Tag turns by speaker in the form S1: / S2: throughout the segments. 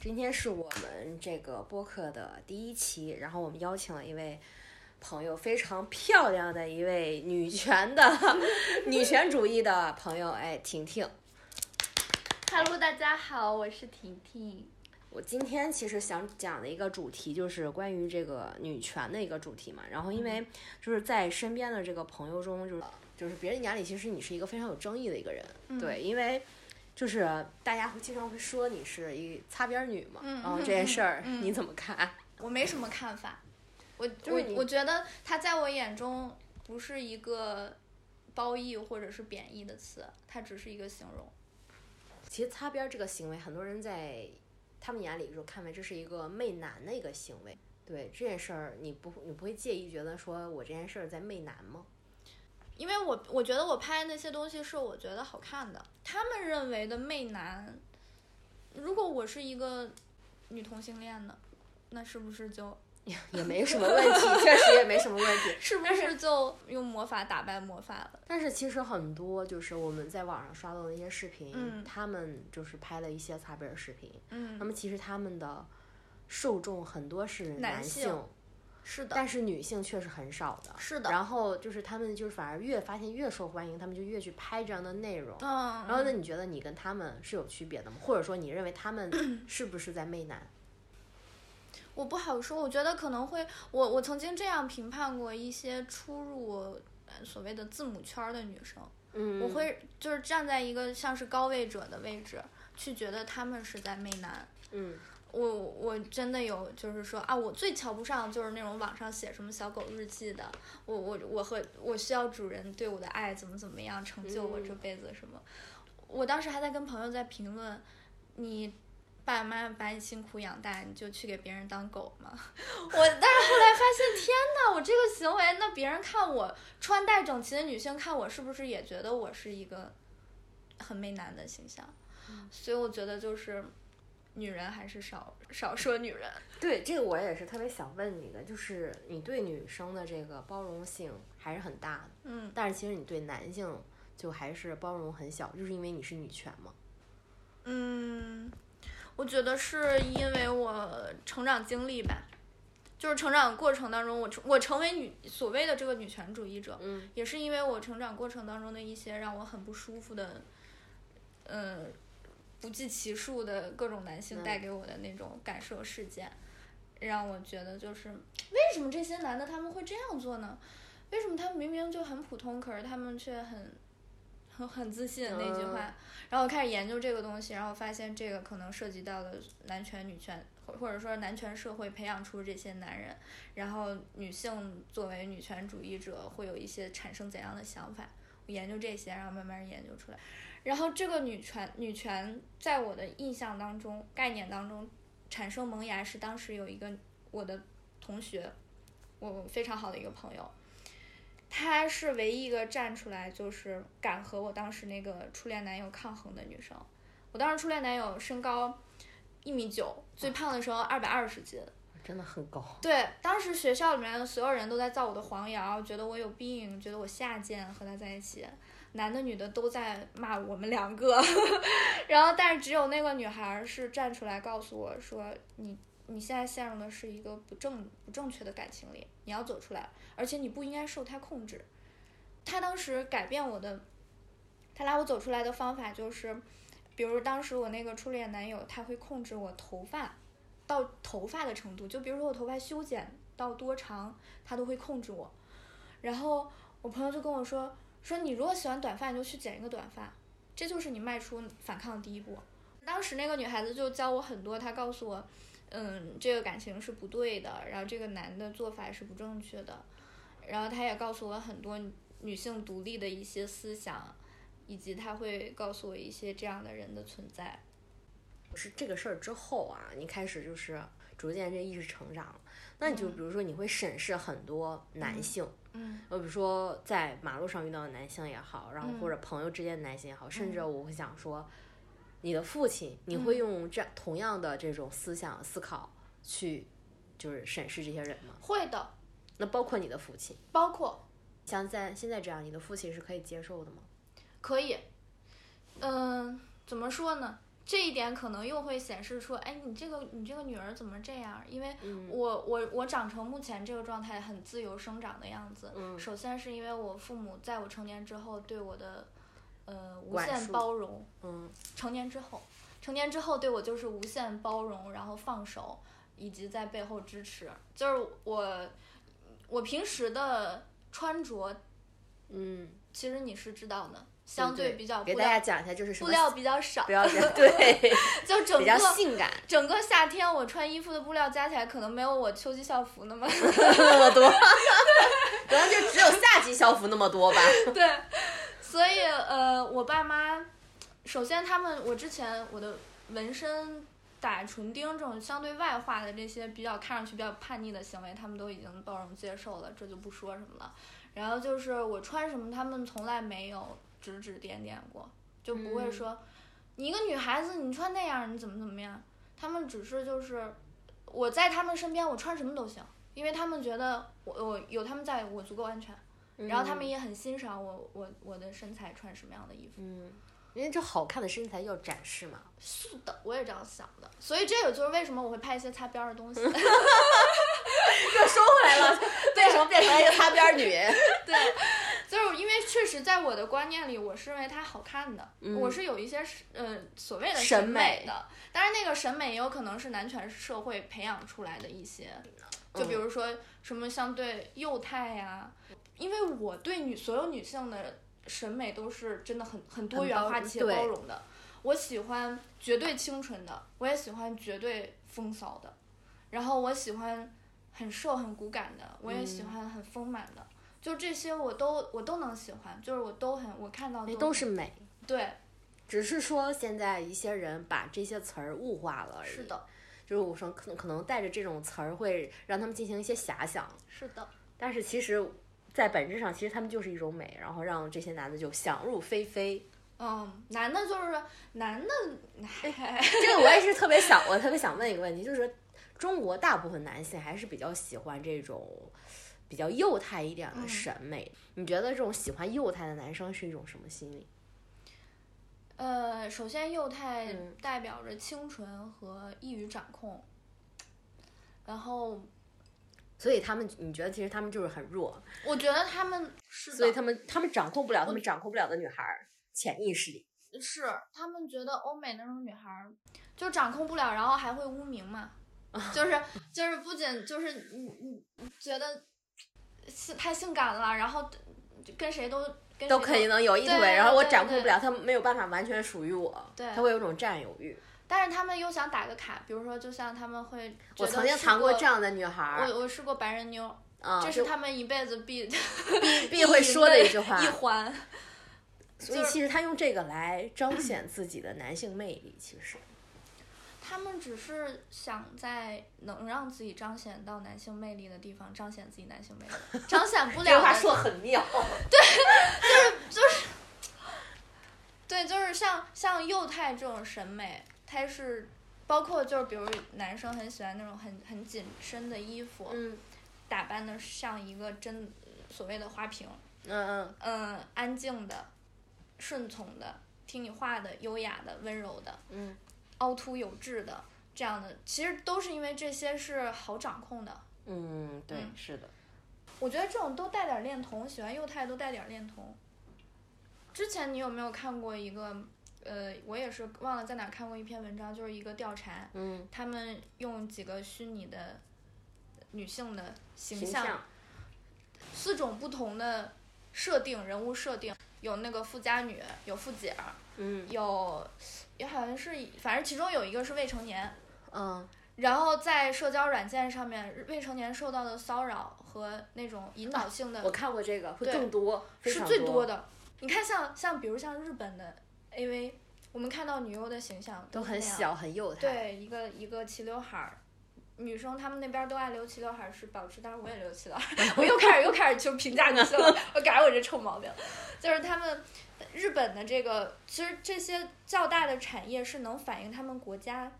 S1: 今天是我们这个播客的第一期，然后我们邀请了一位朋友，非常漂亮的一位女权的 女权主义的朋友，哎，婷婷。
S2: Hello，大家好，我是婷婷。
S1: 我今天其实想讲的一个主题就是关于这个女权的一个主题嘛，然后因为就是在身边的这个朋友中，就是就是别人眼里其实你是一个非常有争议的一个人，
S2: 嗯
S1: 对，因为就是大家会经常会说你是一擦边女嘛，
S2: 嗯
S1: 然后
S2: 嗯
S1: 这件
S2: 嗯
S1: 事儿
S2: 嗯
S1: 你怎么看？
S2: 我没什么看法，我
S1: 是
S2: 我
S1: 你
S2: 我觉得它在我眼中不是一个褒义或者是贬义的词，它只是一个形容。
S1: 其实擦边儿这个行为，很多人在他们眼里就看为这是一个媚男的一个行为。对这件事儿，你不你不会介意，觉得说我这件事儿在媚男吗？
S2: 因为我我觉得我拍那些东西是我觉得好看的，他们认为的媚男，如果我是一个女同性恋呢，那是不是就
S1: 也没什么问题，确实也没什么问题。
S2: 是不是就用魔法打败魔法了？
S1: 但是其实很多就是我们在网上刷到的一些视频，
S2: 嗯
S1: 他们就是拍了一些擦边儿视频，那
S2: 嗯，
S1: 么其实他们的受众很多是
S2: 男
S1: 性，
S2: 性是的，
S1: 但是女性却是很少的。
S2: 是的
S1: 然后就是他们就是反而越发现越受欢迎，他们就越去拍这样的内容。
S2: 嗯，
S1: 然后呢？你觉得你跟他们是有区别的吗？或者说你认为他们 是不是在媚男？
S2: 我不好说，我觉得可能会，我我曾经这样评判过一些出入呃所谓的字母圈儿的女生，
S1: 嗯
S2: 我会就是站在一个像是高位者的位置去觉得她们是在媚男。
S1: 嗯
S2: 我我真的有，就是说啊，我最瞧不上就是那种网上写什么小狗日记的，我我我和我需要主人对我的爱怎么怎么样成就我
S1: 嗯
S2: 这辈子什么。我当时还在跟朋友在评论，你爸爸妈妈把你辛苦养大，你就去给别人当狗吗？ 我但是后来发现，天呐，我这个行为，那别人看我穿戴整齐的女性看我，是不是也觉得我是一个很媚男的形象？所以我觉得就是。女人还是少少说女人。
S1: 对这个我也是特别想问你的，就是你对女生的这个包容性还是很大的，
S2: 嗯，
S1: 但是其实你对男性就还是包容很小，就是因为你是女权嘛。
S2: 嗯，我觉得是因为我成长经历吧，就是成长过程当中，我成我成为女所谓的这个女权主义者，
S1: 嗯，
S2: 也是因为我成长过程当中的一些让我很不舒服的，嗯，不计其数的各种男性
S1: 嗯
S2: 带给我的那种感受事件，让我觉得就是为什么这些男的他们会这样做呢？为什么他们明明就很普通，可是他们却很很很自信那句话？然后我开始研究这个东西，然后发现这个可能涉及到的男权、女权，或或者说男权社会培养出这些男人，然后女性作为女权主义者会有一些产生怎样的想法？我研究这些，然后慢慢研究出来。然后这个女权，女权在我的印象当中、概念当中产生萌芽是当时有一个我的同学，我非常好的一个朋友，她是唯一一个站出来就是敢和我当时那个初恋男友抗衡的女生。我当时初恋男友身高一米九，最胖的时候二百二十斤。
S1: 真的很高，
S2: 对，当时学校里面的所有人都在造我的黄谣，觉得我有病，觉得我下贱，和他在一起，男的女的都在骂我们两个。 然后，但是只有那个女孩儿是站出来告诉我说：“你你现在陷入的是一个不正不正确的感情里，你要走出来，而且你不应该受他控制。”他当时改变我的，他拉我走出来的方法就是，比如当时我那个初恋男友，他会控制我头发。到头发的程度，就比如说我头发修剪到多长，他都会控制我。然后我朋友就跟我说，说你如果喜欢短发，你就去剪一个短发，这就是你迈出反抗的第一步。当时那个女孩子就教我很多，她告诉我，嗯，这个感情是不对的，然后这个男的做法是不正确的，然后她也告诉我很多女性独立的一些思想，以及她会告诉我一些这样的人的存在。
S1: 是这个事儿之后啊，你开始就是逐渐这意识成长了。那你就比如说你会审视很多男性，
S2: 嗯
S1: 我呃比如说在马路上遇到的男性也好，然后
S2: 嗯
S1: 或者朋友之间的男性也好，甚至我会想说，你的父亲，你会用这同样的这种思想思考去，就是审视这些人吗？
S2: 会的，
S1: 那包括你的父亲，
S2: 包括
S1: 像在现在这样，你的父亲是可以接受的吗？
S2: 可以，嗯、怎么说呢？这一点可能又会显示出，哎，你这个你这个女儿怎么这样？因为
S1: 嗯
S2: 我我我长成目前这个状态很自由生长的样子，
S1: 嗯
S2: 首先是因为我父母在我成年之后对我的，呃，无
S1: 管
S2: 限
S1: 束
S2: 包容。
S1: 嗯
S2: 成年之后，成年之后对我就是无限包容，然后放手，以及在背后支持。就是我，我平时的穿着，
S1: 嗯，
S2: 其实你是知道的，相对比较布
S1: 给大家
S2: 料
S1: 讲一下，就是什
S2: 布
S1: 么
S2: 料比较少
S1: 不，要这样 对，
S2: 就整
S1: 比较
S2: 个
S1: 性感
S2: 整个夏天我穿衣服的布料加起来，可能没有我秋季校服那么
S1: 那么多， 可能就只有夏季校服那么多吧。
S2: 对，所以呃，我爸妈，首先他们，我之前我的纹身、打唇钉这种相对外化的这些比较看上去比较叛逆的行为，他们都已经包容接受了，这就不说什么了。然后就是我穿什么，他们从来没有指指点点过，就不会
S1: 嗯
S2: 说、你一个女孩子你穿那样你怎么怎么样，他们只是就是我在他们身边我穿什么都行，因为他们觉得我我有他们在我足够安全。然后他们也很欣赏我我我的身材穿什么样的衣服，
S1: 嗯，因为这好看的身材要展示嘛。
S2: 是的，我也这样想的，所以这也就是为什么我会拍一些擦边儿的东西。
S1: 又 说回来了， 为什么变成了一个擦边女？
S2: 对，就是因为确实在我的观念里，我是认为它好看的，
S1: 嗯
S2: 我是有一些是呃所谓的
S1: 审
S2: 审
S1: 美
S2: 的，当然那个审美也有可能是男权社会培养出来的一些，
S1: 嗯
S2: 就比如说什么相对幼态呀、因为我对女所有女性的审美都是真的很很多
S1: 很
S2: 元
S1: 包
S2: 化且
S1: 对
S2: 包容的，我喜欢绝对清纯的，我也喜欢绝对风骚的，然后我喜欢很瘦很骨感的，我也喜
S1: 嗯
S2: 欢很丰满的，就这些我都我都能喜欢，就是我都很我看到
S1: 那
S2: 都
S1: 都是美，
S2: 对，
S1: 只是说现在一些人把这些词儿物化了而已。
S2: 是，的，
S1: 就是我说可能可能带着这种词儿会让他们进行一些遐想，
S2: 是的，
S1: 但是其实，在本质上，其实他们就是一种美，然后让这些男的就想入非非。
S2: 嗯，男的就是男的，
S1: 这个我也是特别想，我特别想问一个问题，就是中国大部分男性还是比较喜欢这种比较幼态一点的
S2: 嗯
S1: 审美。你觉得这种喜欢幼态的男生是一种什么心理？
S2: 呃，首先幼态
S1: 嗯
S2: 代表着清纯和易于掌控，然后
S1: 所以他们，你觉得其实他们就是很弱，
S2: 我觉得他们是的，
S1: 所以他们他们掌控不了，他们掌控不了的女孩儿，潜意识里，
S2: 是他们觉得欧美那种女孩儿就掌控不了，然后还会污名嘛，就是就是不仅就是你你你觉得性太性感了，然后跟谁都跟谁
S1: 都可以能有一腿，
S2: 对
S1: 然后我
S2: 对
S1: 掌控不
S2: 对
S1: 了，他没有办法完全属于我，
S2: 对
S1: 他会有一种占有欲。
S2: 但是他们又想打个卡，比如说就像他们会觉
S1: 我
S2: 得
S1: 曾经
S2: 是
S1: 谈过
S2: 个
S1: 这样的女孩儿，
S2: 我我是个白人妞，
S1: 啊，
S2: 这
S1: 就是
S2: 他们一辈子必
S1: 必会说的一句话
S2: 一。环。
S1: 所以其实他用这个来彰显自己的男性魅力，其实，
S2: 他们只是想在能让自己彰显到男性魅力的地方彰显自己男性魅力，彰显不了的
S1: 得很 妙。
S2: 对，就是像像幼态这种审美，它是包括就是比如男生很喜欢那种很很紧身的衣服，
S1: 嗯
S2: 打扮的像一个真所谓的花瓶，
S1: 嗯嗯，
S2: 嗯，安静的、顺从的、听你话的、优雅的、温柔的，
S1: 嗯，
S2: 凹凸有致的这样的，其实都是因为这些是好掌控的。
S1: 嗯，对，
S2: 嗯
S1: 是的，
S2: 我觉得这种都带点儿恋童，喜欢幼态都带点儿恋童。之前你有没有看过一个？呃，我也是忘了在哪儿看过一篇文章，就是一个调查，
S1: 嗯，
S2: 他们用几个虚拟的女性的形
S1: 形
S2: 象，四种不同的设定人物设定，有那个富家女，有富姐儿，
S1: 嗯
S2: 有，也好像是，反正其中有一个是未成年，
S1: 嗯，
S2: 然后在社交软件上面，未成年受到的骚扰和那种引导性的
S1: 啊我看过这个，会
S2: 对
S1: 更多，非
S2: 是
S1: 常
S2: 最
S1: 多
S2: 多的。你看像，像比如像日本的 AV，我们看到女优的形象
S1: 都
S2: 是
S1: 很
S2: 那样，
S1: 小很幼态。
S2: 对，一个一个齐刘海儿。女生她们那边都爱留齐刘海儿是保持，当然我也留齐刘海儿， 我又开始又开始就评价女性了，我改我这臭毛病，就是他们日本的这个，其实这些较大的产业是能反映他们国家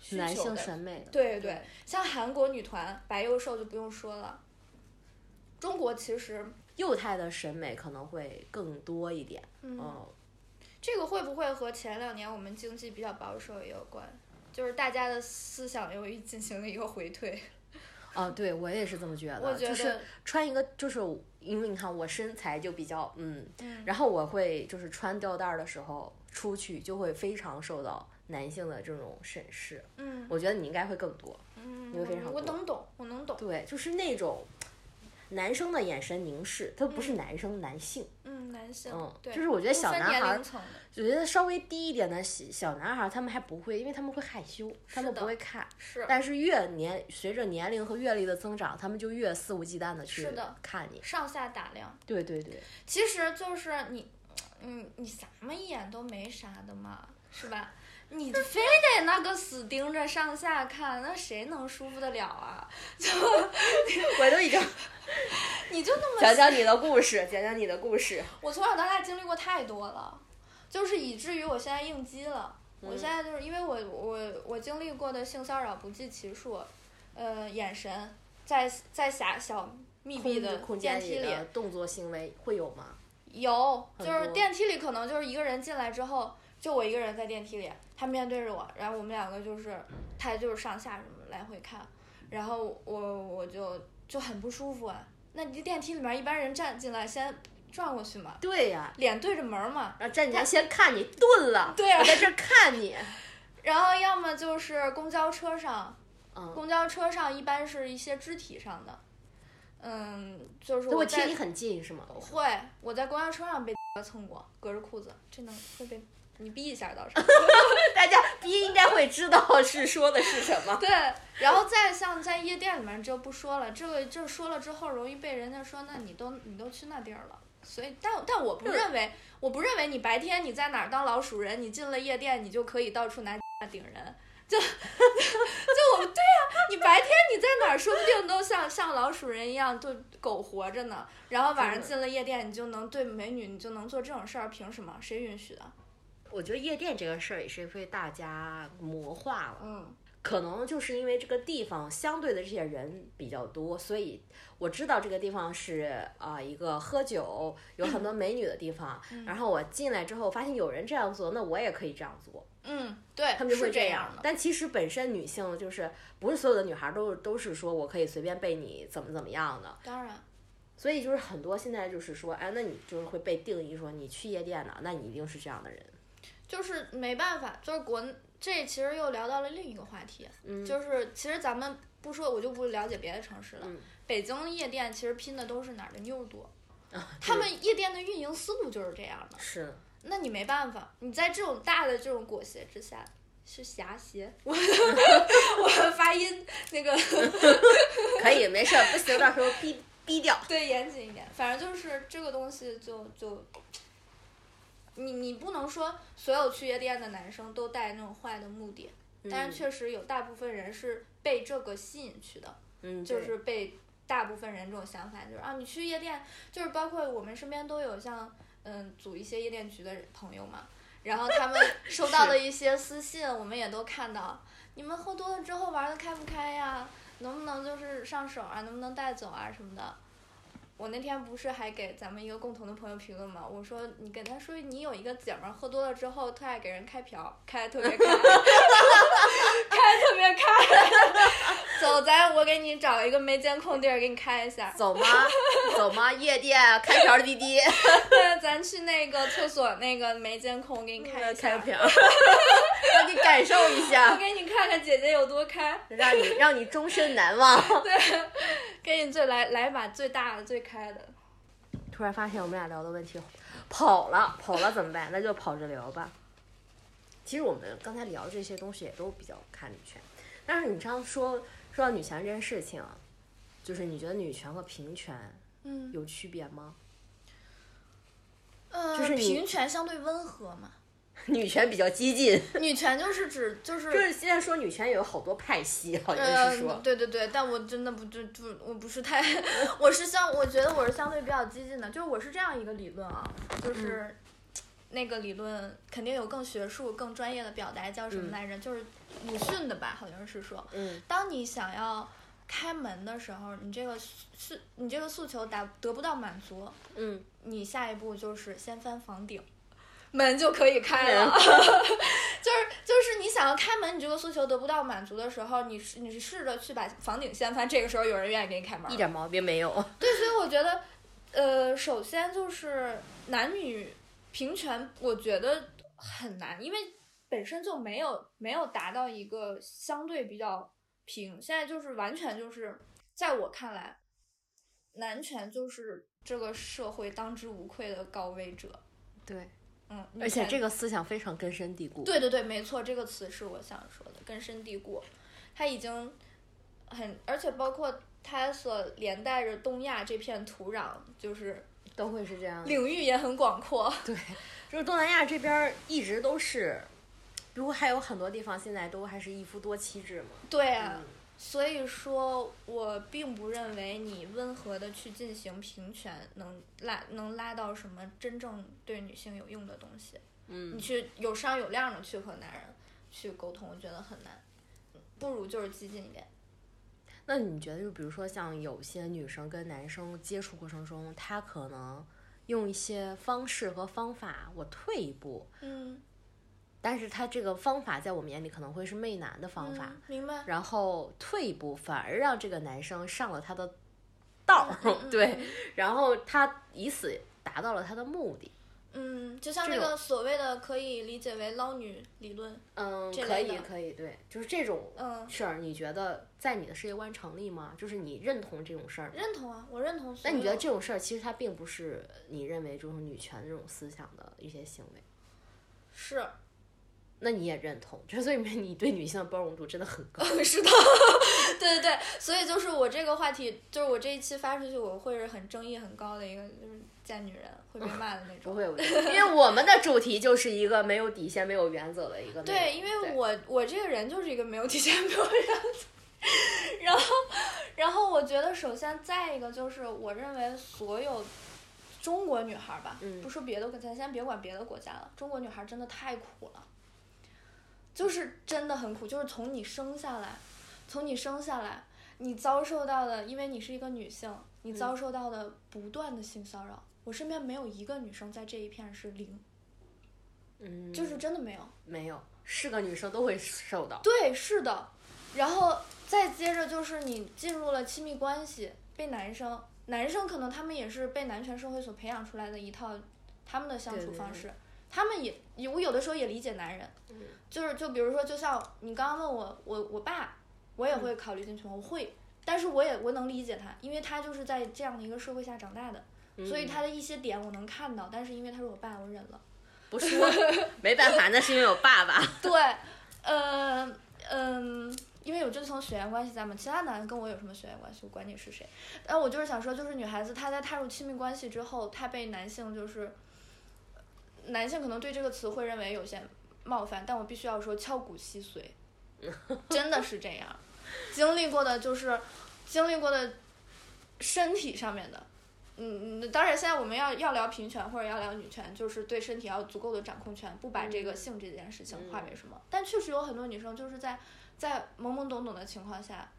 S2: 需
S1: 男
S2: 求
S1: 性
S2: 的，
S1: 审美的，
S2: 对对，像韩国女团白幼瘦就不用说了，中国其实
S1: 幼态的审美可能会更多一点。
S2: 嗯
S1: 嗯，
S2: 这个会不会和前两年我们经济比较保守也有关？就是大家的思想由于进行了一个回退，
S1: 啊，对我也是这么觉得，
S2: 我觉
S1: 啊就
S2: 得，
S1: 是穿一个，就是因为你看我身材就比较嗯，
S2: 嗯，
S1: 然后我会就是穿吊带儿的时候出去就会非常受到男性的这种审视，
S2: 嗯
S1: 我觉得你应该会更多，
S2: 嗯，
S1: 你会非常
S2: 我
S1: 多
S2: 能懂，我能懂，
S1: 对，就是那种男生的眼神凝视，他不是男生，男性，
S2: 嗯，男性，
S1: 嗯，
S2: 对，
S1: 就是我觉得小
S2: 不分
S1: 男孩
S2: 年
S1: 儿
S2: 龄，层
S1: 我
S2: 的，
S1: 觉得稍微低一点的小小男孩儿，他们还不会，因为他们会害羞，他
S2: 是
S1: 们
S2: 的
S1: 不会看。
S2: 是
S1: 但是越年随着年龄和阅历的增长，他们就越肆无忌惮的去
S2: 是的
S1: 看你。
S2: 上下打量，
S1: 对对对，
S2: 其实就是你，嗯，你怎么一眼都没啥的嘛，是吧？你非得那个死盯着上下看，那谁能舒服得了啊？
S1: 我都已经
S2: 你就那么
S1: 讲讲你的故事，讲讲你的故事。
S2: 我从小到大经历过太多了，就是以至于我现在应激了。我
S1: 嗯
S2: 现在就是因为我我我经历过的性骚扰不计其数，呃，眼神在在狭小密闭的
S1: 空
S2: 电
S1: 间
S2: 梯里，
S1: 的动作行为会有吗？
S2: 有，就
S1: 很
S2: 是
S1: 多
S2: 电梯里可能就是一个人进来之后，就我一个人在电梯里，他面对着我，然后我们两个就是，他就是上下什么来回看，然后我我就就很不舒服啊。那你电梯里面一般人站进来先转过去嘛，
S1: 对呀、
S2: 脸对着门儿嘛，
S1: 然后啊站起来先看你，顿了，
S2: 对啊
S1: 我在这儿看 你。
S2: 然后要么就是公交车上，
S1: 嗯，
S2: 公交车上一般是一些肢体上的，嗯，就是
S1: 我
S2: 我
S1: 贴
S2: 在
S1: 你很近是吗？
S2: 会我在公交车上被 蹭过，隔着裤子，这能会被你逼一下倒是。
S1: 大家应该会知道是说的是什么。
S2: 对，然后再像在夜店里面就不说了，这个这说了之后容易被人家说，那你都你都去那地儿了。所以，但但
S1: 嗯
S2: 我不认为，我不认为你白天你在哪儿当老鼠人，你进了夜店你就可以到处拿顶人。就就我对呀、你白天你在哪儿，说不定都像像老鼠人一样，就苟活着呢。然后晚上
S1: 是
S2: 进了夜店，你就能对美女，你就能做这种事儿，凭什么？谁允许的？
S1: 我觉得夜店这个事儿也是被大家魔化了，
S2: 嗯
S1: 可能就是因为这个地方相对的这些人比较多，所以我知道这个地方是啊、一个喝酒有很多美女的地方。
S2: 嗯
S1: 然后我进来之后发现有人这样做，那我也可以这样做，
S2: 嗯，对，
S1: 他们就是会
S2: 这
S1: 样
S2: 的。
S1: 但其实本身女性就是不是所有的女孩都都是说我可以随便被你怎么怎么样的，
S2: 当然，
S1: 所以就是很多现在就是说，哎，那你就是会被定义说你去夜店了，那你一定是这样的人。
S2: 就是没办法，就是国内这其实又聊到了另一个话题，
S1: 嗯
S2: 就是其实咱们不说，我就不了解别的城市了。
S1: 嗯
S2: 北京夜店其实拼的都是哪儿的妞儿多，
S1: 啊
S2: 他们夜店的运营思路就是这样的。
S1: 是的，
S2: 那你没办法，你在这种大的这种裹挟之下。是侠邪， 我我发音那个
S1: 可以，没事儿，不行，到时候逼逼掉。
S2: 对严谨一点，反正就是这个东西就就，你你不能说所有去夜店的男生都带那种坏的目的，
S1: 嗯
S2: 但是确实有大部分人是被这个吸引去的，
S1: 嗯，
S2: 就
S1: 对
S2: 是被大部分人这种想法，就是啊，你去夜店，就是包括我们身边都有像嗯组一些夜店局的朋友嘛，然后他们收到的一些私信，我们也都看到，你们喝多了之后玩的开不开呀？能不能就是上手啊？能不能带走啊什么的？我那天不是还给咱们一个共同的朋友评论嘛，我说你跟他说你有一个姐们儿喝多了之后特爱给人开瓢，开的特别开， 开 得特别开。走，咱我给你找一个没监控地儿给你开一下。
S1: 走 吗？走吗？夜店开瓢的滴滴，
S2: 对， 咱去那个厕所那个没监控给你开
S1: 开
S2: 一下。
S1: 瓢， 让你感受一
S2: 我
S1: 下，
S2: 给你看看姐姐有多开，
S1: 让你让你终身难忘。
S2: 给你最来来把最大的最开的。
S1: 突然发现我们俩聊的问题跑了，跑了怎么办？那就跑着聊吧。其实我们刚才聊这些东西也都比较看女权，但是你刚刚说说到女权这件事情，啊就是你觉得女权和平权
S2: 嗯，
S1: 有区别 吗？
S2: 呃
S1: 就是你
S2: 平权相对温和嘛，
S1: 女权比较激进，
S2: 女权就是指就是
S1: 就是现在说女权有好多派系，好像
S2: 呃
S1: 是，说，
S2: 对对对，但我真的不就就我不 是太，我是相我觉得我是相对比较激进的，就是我是这样一个理论啊，
S1: 嗯
S2: 就是。那个理论肯定有更学术、更专业的表达，叫什么
S1: 嗯
S2: 来着？就是鲁迅的吧，好像是说，
S1: 嗯
S2: 当你想要开门的时候，你这个诉你这个诉求达得不到满足，
S1: 嗯，
S2: 你下一步就是先翻房顶，门就可以开了。 就是就是你想要开门，你这个诉求得不到满足的时候，你是你是试着去把房顶掀翻，这个时候有人愿意给你开门
S1: 一。点毛病没有。
S2: 对，所以我觉得，呃，首先就是男女平权，我觉得很难，因为本身就没有没有达到一个相对比较平。现在就是完全就是，在我看来，男权就是这个社会当之无愧的高位者。
S1: 对，
S2: 嗯，
S1: 而且这
S2: 个
S1: 个思想非常根深蒂固。
S2: 对对对，没错，这个词是我想说的，根深蒂固，它已经很，而且包括它所连带着东亚这片土壤，就是。
S1: 都会是这样的。
S2: 领域也很广阔。
S1: 对，就是东南亚这边儿一直都是，比如还有很多地方现在都还是一夫多妻制嘛。
S2: 对啊，
S1: 嗯，
S2: 所以说我并不认为你温和的去进行平权能拉能拉到什么真正对女性有用的东西。
S1: 嗯
S2: 你去有商有量的去和男人去沟通，我觉得很难，不如就是激进一点。
S1: 那你觉得，就比如说像有些女生跟男生接触过程中，她可能用一些方式和方法，我退一步，
S2: 嗯，
S1: 但是她这个方法在我们眼里可能会是媚男的方法，
S2: 嗯明白。
S1: 然后退一步反而让这个男生上了他的道儿，
S2: 嗯
S1: 对，，然后他以此达到了他的目的。
S2: 嗯，就像
S1: 这
S2: 那
S1: 种
S2: 个所谓的可以理解为捞女理论，
S1: 嗯，
S2: 这
S1: 可
S2: 类
S1: 以
S2: 的
S1: 可以，对，就是这种
S2: 嗯，
S1: 事儿，你觉得在你的世界观成立吗？就是你认同这种事儿吗？
S2: 认同啊，我认同所
S1: 那
S2: 有。
S1: 你觉得这种事儿其实它并不是你认为就是女权这种思想的一些行为，
S2: 是？
S1: 那你也认同，就是所 以你对女性的包容度真的很高。
S2: 是的， 对对对，所以就是我这个话题，就是我这一期发出去，我会是很争议很高的一个，就是见女人会被骂的那
S1: 不
S2: 种。
S1: 会，不会因为我们的主题就是一个没有底线、没有原则的一个内容。
S2: 对，因为我我这个人就是一个没有底线、没有原则。 然后，然后我觉得，首先再一个就是，我认为所有中国女孩儿吧，
S1: 嗯
S2: 不说别的国家，先别管别的国家了，中国女孩儿真的太苦了，就是真的很苦，就是从你生下来，从你生下来，你遭受到的，因为你是一个女性，你遭受到的不断的性骚扰，我身边没有一个女生在这一片是零，
S1: 嗯，
S2: 就是真的没有。
S1: 没有，是个女生都会受到。
S2: 对，是的。然后再接着就是你进入了亲密关系，被男生，男生可能他们也是被男权社会所培养出来的一套他们的相
S1: 对
S2: 处
S1: 对
S2: 方
S1: 对嗯
S2: 式。他们也，也我有的时候也理解男人，就是就比如说，就像你刚刚问我，我我爸，我也
S1: 嗯
S2: 会考虑进去吗，我会，但是我也我能理解他，因为他就是在这样的一个社会下长大的，
S1: 嗯
S2: 所以他的一些点我能看到，但是因为他是我爸，我忍了。
S1: 不说，没办法，那是因为有爸 爸。
S2: 对，呃，嗯，因为有这层血缘关系在嘛，其他男的跟我有什么血缘关系，我管你是谁。但我就是想说，就是女孩子她在踏入亲密关系之后，她被男性就是，男性可能对这个词会认为有些冒犯，但我必须要说敲骨吸髓，真的是这样。经历过的就是经历过的身体上面的。嗯，嗯，当然，现在我们要要聊平权或者要聊女权，就是对身体要有足够的掌控权，不把这
S1: 嗯
S2: 个性这件事情化为什么。但确实有很多女生就是在在懵懵懂懂的情况下，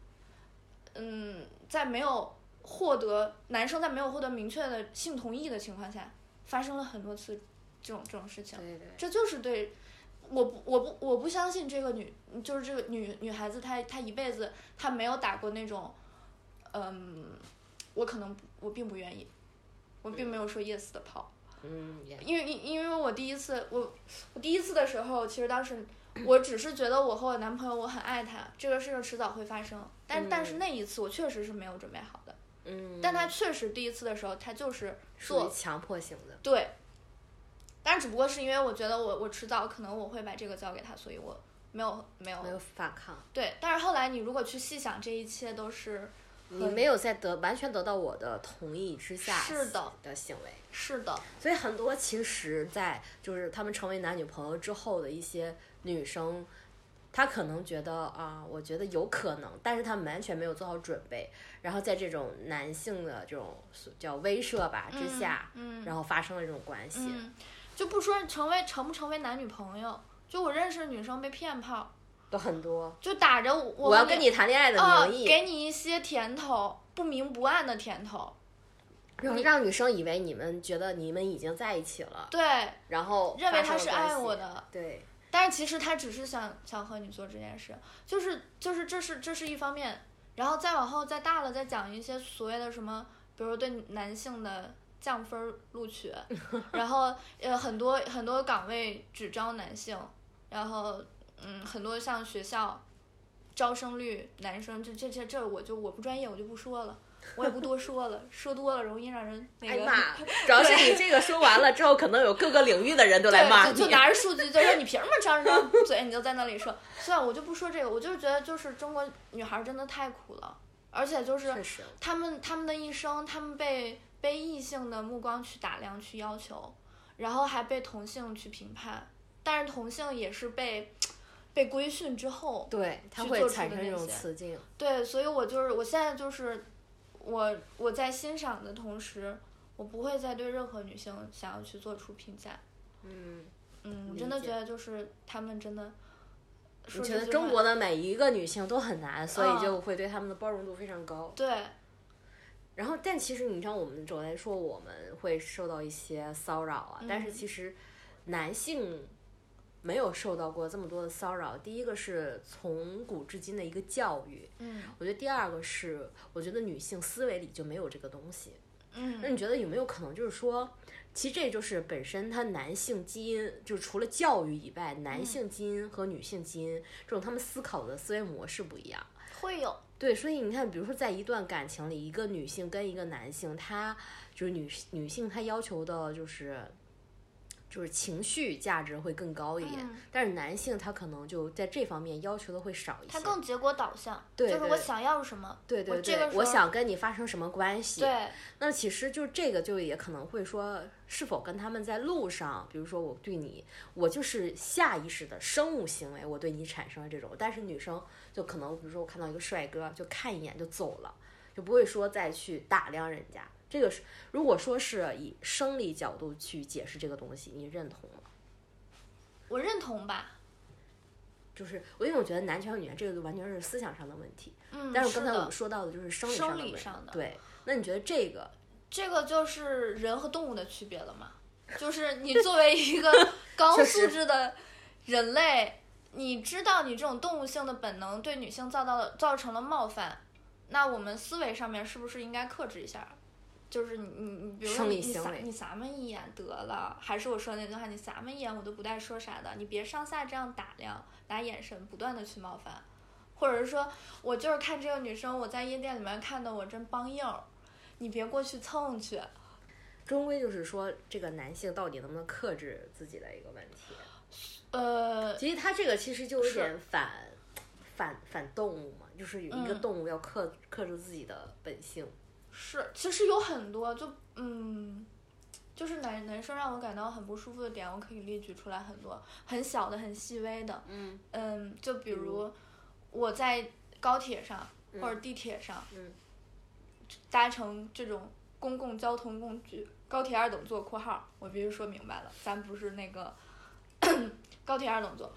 S2: 嗯，在没有获得男生在没有获得明确的性同意的情况下，发生了很多次这种这种事情。
S1: 对对
S2: 这就是对，我不我不我不相信这个女就是这个女女孩子她她一辈子她没有打过那种，嗯，我可能我并不愿意，我并没有说 yes 的炮，
S1: 嗯，也
S2: 因为因因为我第一次我我第一次的时候，其实当时我只是觉得我和我男朋友我很爱他，这个事情迟早会发生，但但是那一次我确实是没有准备好的，
S1: 嗯，
S2: 但他确实第一次的时候他就是
S1: 属
S2: 做
S1: 于强迫型的。
S2: 对，但只不过是因为我觉得我我迟早可能我会把这个交给他，所以我没有没有
S1: 没有反抗，
S2: 对。但是后来你如果去细想，这一切都是
S1: 你没有在得完全得到我的同意之下
S2: 是的
S1: 的行为，
S2: 是的，
S1: 所以很多其实，在就是他们成为男女朋友之后的一些女生，她可能觉得啊，我觉得有可能，但是她们完全没有做好准备，然后在这种男性的这种所叫威慑吧之下，
S2: 嗯
S1: 然后发生了这种关系，
S2: 嗯，就不说成为成不成为男女朋友，就我认识的女生被骗炮，
S1: 都很多。
S2: 就打着我
S1: 我
S2: 我
S1: 要跟你谈恋爱的
S2: 哦
S1: 名义，
S2: 给你一些甜头，不明不暗的甜头。
S1: 让让女生以为你们觉得你们已经在一起了，
S2: 对，
S1: 然后
S2: 认为他
S1: 发生
S2: 是
S1: 了关
S2: 爱
S1: 系
S2: 我，的，
S1: 对，
S2: 但是其实他只是想想和你做这件事，就是就是这是这是一方面，然后再往后再大了再讲一些所谓的什么，比如对男性的降分儿录取，然后呃很多很多岗位只招男性，然后嗯很多像学校招生率男生这这这这我就我不专业我就不说了，我也不多说了，说多了容易让人那
S1: 挨
S2: 个
S1: 骂。主要是你这个说完了之后，可能有各个领域的人都来骂
S2: 对，
S1: 你。
S2: 就就 拿着数据就说你凭什么张着张嘴，你就在那里说。算了，我就不说这个，我就是觉得就是中国女孩真的太苦了，而且就是
S1: 确实，
S2: 她们她们的一生，她们被被异性的目光去打量、去要求，然后还被同性去评判，但是同性也是被被规训之后，
S1: 对，它
S2: 去
S1: 会
S2: 做出
S1: 产
S2: 的
S1: 生这
S2: 那
S1: 种
S2: 些
S1: 雌竞。
S2: 对，所以我就是我现在就是我我在欣赏的同时，我不会再对任何女性想要去做出评价。
S1: 嗯，
S2: 嗯，我
S1: 理
S2: 真的
S1: 解
S2: 觉得就是她们真的，
S1: 我
S2: 说
S1: 觉
S2: 这
S1: 得
S2: 句
S1: 中
S2: 话
S1: 国的每一个女性都很难，所以
S2: 嗯
S1: 就会对她们的包容度非常高。
S2: 对
S1: 然后，但其实你像我们总来说，我们会受到一些骚扰啊，但是
S2: 嗯
S1: 其实男性没有受到过这么多的骚扰。第一个是从古至今的一个教育，
S2: 嗯
S1: 我觉得第二个是，我觉得女性思维里就没有这个东西。那
S2: 嗯
S1: 你觉得有没有可能就是说，其实这就是本身它男性基因，就是除了教育以外，
S2: 嗯
S1: 男性基因和女性基因这种他们思考的思维模式不一样。
S2: 会有
S1: 对，所以你看，比如说在一段感情里，一个女性跟一个男性，她就是女女性，她要求的就是就是情绪价值会更高一点，
S2: 嗯
S1: 但是男性他可能就在这方面要求的会少一些。
S2: 它更结果导向，
S1: 对
S2: 就是我
S1: 对
S2: 想要什么，
S1: 对对
S2: 我
S1: 对，
S2: 这个时
S1: 我
S2: 候
S1: 想跟你发生什么关系？
S2: 对
S1: 那其实就这个，就也可能会说，是否跟他们在路上，比如说我对你，我就是下意识的生物行为，我对你产生了这种。但是女生就可能，比如说我看到一个帅哥，就看一眼就走了，就不会说再去打量人家。这个是如果说是以生理角度去解释这个东西，你认同吗？
S2: 我认同吧。
S1: 就是我因为我觉得男权和女权这个就完全是思想上的问题，
S2: 嗯，
S1: 但是
S2: 是
S1: 刚才我
S2: 的
S1: 们说到的就是生理
S2: 生
S1: 上的
S2: 理
S1: 问题
S2: 上的
S1: 对，那你觉得这个
S2: 这个就是人和动物的区别了嘛，就是你作为一个高
S1: 确
S2: 素
S1: 实
S2: 质的人类，你知道你这种动物性的本能对女性造到造成了冒犯，那我们思维上面是不是应该克制一下？就是你你你，比如说
S1: 生
S2: 你
S1: 理
S2: 你
S1: 行
S2: 撒
S1: 为
S2: 你撒们一眼得了，还是我说那句话，你撒们一眼我都不带说啥的，你别上下这样打量，拿眼神不断的去冒犯，或者是说我就是看这个女生，我在夜店里面看的我真帮硬儿，你别过去蹭去，
S1: 终归就是说，这个男性到底能不能克制自己的一个问题。
S2: 呃，
S1: 其实他这个其实就有
S2: 是
S1: 点反反反动物嘛，就是有一个
S2: 嗯
S1: 动物要克、克制自己的本性。
S2: 是，其实有很多，就嗯，就是男男生让我感到很不舒服的点，我可以列举出来很多，很小的、很细微的，
S1: 嗯
S2: 嗯，就比如我在高铁上或者地铁上，
S1: 嗯
S2: 搭乘这种公共交通工具，高铁二等座（括号我必须说明白了，咱不是那个 高铁二等座）。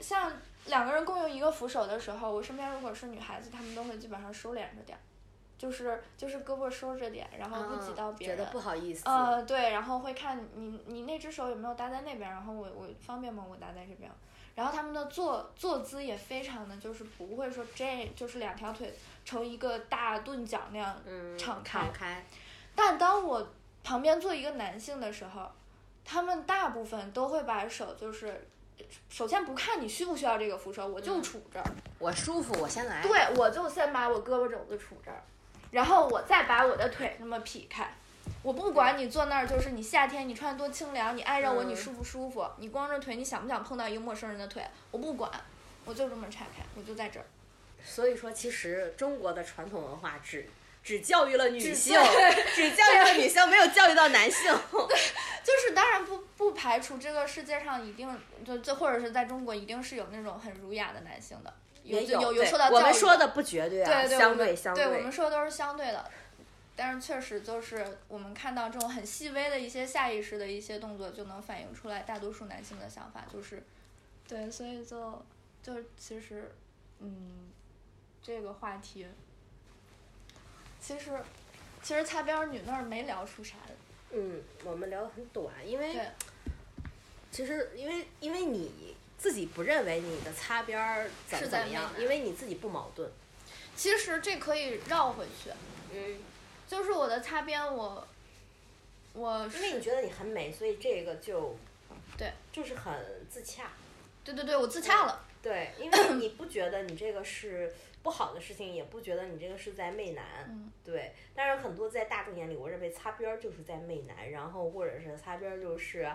S2: 像两个人共用一个扶手的时候，我身边如果是女孩子，她们都会基本上收敛着点儿，就是就是胳膊收着点，然后不挤哦到
S1: 啊嗯
S2: 别
S1: 觉
S2: 人。
S1: 得不好意思。
S2: 呃，对，然后会看你你那只手有没有搭在那边，然后我我方便吗？我搭在这边。然后他们的坐坐姿也非常的，就是不会说这就是两条腿成一个大钝角那样。
S1: 嗯，
S2: 敞开
S1: 敞开，
S2: 但当我旁边坐一个男性的时候，他们大部分都会把手就是，首先不看你需不需要这个扶手，我就
S1: 嗯
S2: 杵这儿。
S1: 我舒服，我先来。
S2: 对，我就先把我胳膊肘子杵这儿，然后我再把我的腿那么劈开。我不管你坐那儿，就是你夏天你穿得多清凉，你挨着我你
S1: 嗯
S2: 舒不舒服，你光着腿你想不想碰到一个陌生人的腿，我不管，我就这么岔开，我就在这儿。
S1: 所以说，其实中国的传统文化只只教育了女
S2: 只
S1: 性，只教育了女性，没有教育到男性。
S2: 就是当然不不排除这个世界上一定就就或者是在中国一定是有那种很儒雅的男性的，有
S1: 也
S2: 就有
S1: 对
S2: 受到教育
S1: 我们说的不绝对啊，
S2: 对对，
S1: 相
S2: 我们
S1: 对相
S2: 对，我们说的都是相对的，但是确实就是我们看到这种很细微的一些下意识的一些动作，就能反映出来大多数男性的想法，就是对，所以就就其实，嗯，这个话题，其实其实擦边儿女那儿没聊出啥来，
S1: 嗯，我们聊得很短，因为
S2: 对
S1: 其实因为因为你自己不认为你的擦边儿怎么
S2: 是
S1: 怎
S2: 在
S1: 么样
S2: 为，难
S1: 因为你自己不矛盾。
S2: 其实这可以绕回去，
S1: 嗯，
S2: 就是我的擦边我，我
S1: 因为
S2: 是
S1: 你觉得你很美，所以这个就
S2: 对，
S1: 就是很自洽。
S2: 对对对，我自洽了，
S1: 对，因为你不觉得你这个是不好的事情，也不觉得你这个是在媚男。
S2: 嗯
S1: 对，但是很多在大众眼里，我认为擦边儿就是在媚男，然后或者是擦边儿就是，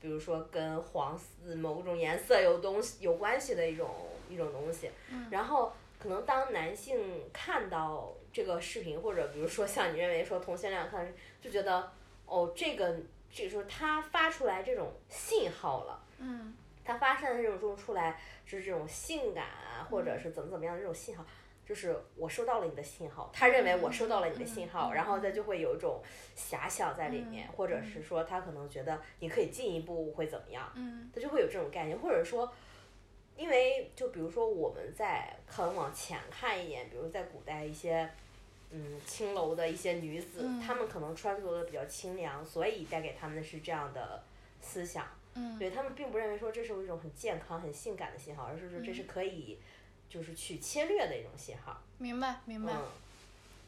S1: 比如说跟黄色某种颜色有东西有关系的一种一种东西。
S2: 嗯
S1: 然后可能当男性看到这个视频，或者比如说像你认为说同性恋看，就觉得哦，这个这就是他发出来这种信号了。
S2: 嗯，
S1: 它发散的这种中出来就是这种性感啊，或
S2: 嗯
S1: 者是怎么怎么样的这种信号，就是我收到了你的信号，他认为我收到了你的信号，
S2: 嗯嗯嗯
S1: 然后他就会有一种遐想在里面，
S2: 嗯
S1: 或者是说他可能觉得你可以进一步会怎么样，
S2: 嗯
S1: 他就会有这种概念，或者说。因为就比如说我们在可能往前看一点，比如在古代一些，嗯，青楼的一些女子，
S2: 嗯
S1: 她们可能穿着的比较清凉，所以带给她们的是这样的思想。
S2: 嗯，
S1: 对他们并不认为说这是一种很健康、很性感的信号，而是说
S2: 嗯
S1: 这是可以就是去侵略的一种信号。
S2: 明白明白，
S1: 嗯，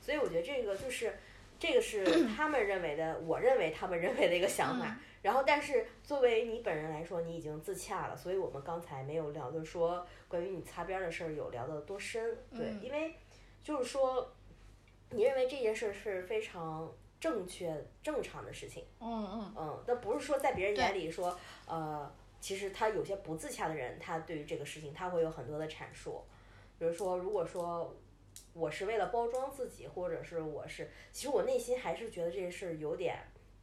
S1: 所以我觉得这个就是这个是他们认为的，我认为他们认为的一个想法。然后，但是作为你本人来说，你已经自洽了，所以我们刚才没有聊的说关于你擦边儿的事儿有聊的多深，对，
S2: 嗯
S1: 因为就是说你认为这件事儿是非常正确、正常的事情。
S2: 嗯
S1: 嗯，但不是说在别人眼里说，呃，其实他有些不自洽的人，他对于这个事情他会有很多的阐述，比如说，如果说我是为了包装自己，或者是我是，其实我内心还是觉得这件事有点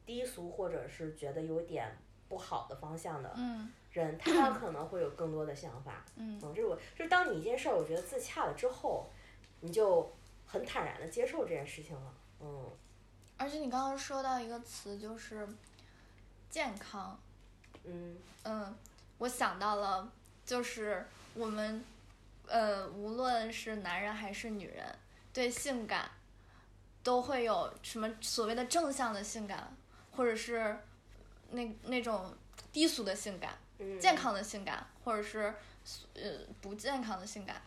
S1: 低俗，或者是觉得有点不好的方向的
S2: 嗯
S1: 人，他可能会有更多的想法。
S2: 嗯
S1: 嗯，这是我，就是当你一件事儿我觉得自洽了之后，你就很坦然的接受这件事情了。嗯
S2: 嗯，而且你刚刚说到一个词就是健康，
S1: 嗯
S2: 嗯，我想到了，就是我们，呃，无论是男人还是女人，对性感都会有什么所谓的正向的性感，或者是那那种低俗的性感、
S1: 嗯，
S2: 健康的性感，或者是呃不健康的性感。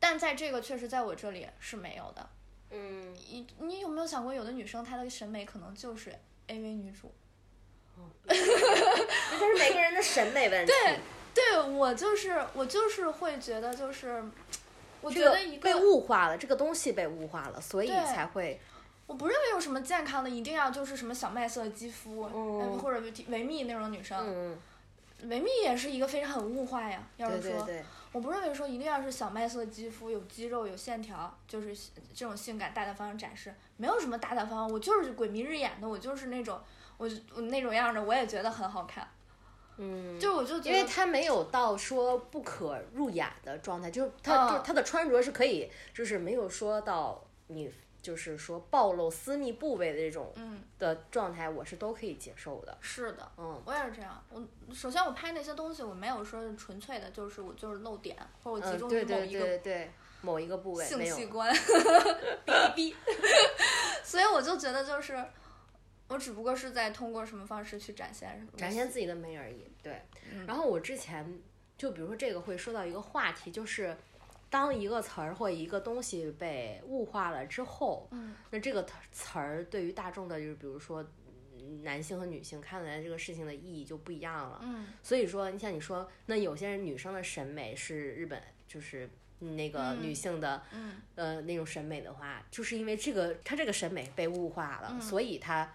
S2: 但在这个确实在我这里是没有的。
S1: 嗯，
S2: 你你有没有想过，有的女生她的审美可能就是 AV 女主？
S1: 这 就是每个人的审美问题。对。
S2: 对我就是我就是会觉得就是，我觉
S1: 这个
S2: 得一
S1: 被
S2: 个
S1: 物化了，这个东西被物化了，所以
S2: 对
S1: 才会
S2: 我不认为有什么健康的，一定要就是什么小麦色肌肤，
S1: 嗯
S2: 呃或者维维密那种女生，
S1: 嗯，
S2: 维密也是一个非常很物化呀。要
S1: 对
S2: 是说，
S1: 对对，
S2: 我不认为说一定要是小麦色肌肤，有肌肉有线条，就是这种性感大大方方展示，没有什么大大方方，我就是鬼迷日眼的，我就是那种我我那种样的，我也觉得很好看，
S1: 嗯，
S2: 就是我就觉
S1: 因
S2: 得
S1: 为他没有到说不可入雅的状态，就是他、
S2: 嗯
S1: 就是他的穿着是可以，就是没有说到你就是说暴露私密部位的这种
S2: 嗯
S1: 的状态，我是都可以接受的。
S2: 是的。
S1: 嗯
S2: 我也是这样，我首先我拍那些东西，我没有说是纯粹的，就是我就是露点，或者我集
S1: 嗯，
S2: 中
S1: 对
S2: 于某
S1: 对
S2: 一个
S1: 对对，某一个部位
S2: 性
S1: 没有
S2: 器。官，哔哔， 所以我就觉得就是，我只不过是在通过什么方式去展现什么东西，
S1: 展现自己的美而已。对，
S2: 嗯
S1: 然后我之前就比如说这个会说到一个话题，就是当一个词儿或一个东西被物化了之后，
S2: 嗯
S1: 那这个词词儿对于大众的，就是比如说嗯男性和女性看待这个事情的意义就不一样了。
S2: 嗯
S1: 所以说，你像你说，那有些人女生的审美是日本，就是。那个
S2: 嗯
S1: 女性的、
S2: 嗯
S1: 呃那种审美的话，就是因为这个她这个审美被物化了，
S2: 嗯
S1: 所以她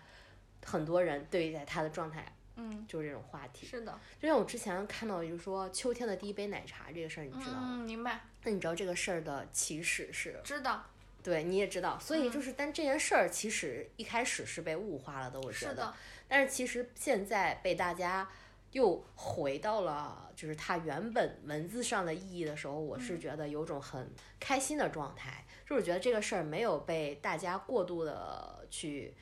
S1: 很多人对待她的状态
S2: 嗯，
S1: 就是这种话题。
S2: 是的，
S1: 就像我之前看到，就是说秋天的第一杯奶茶这个事儿，你知道吗？
S2: 嗯，明白，
S1: 那你知道这个事儿的起始是，
S2: 知道，
S1: 对，你也知道，所以
S2: 嗯
S1: 就是，但这件事儿其实一开始是被物化了的，我觉
S2: 是
S1: 得。
S2: 的，
S1: 但是其实现在被大家又回到了就是它原本文字上的意义的时候，我是
S2: 嗯
S1: 觉得有种很开心的状态，就是觉得这个事儿没有被大家过度的去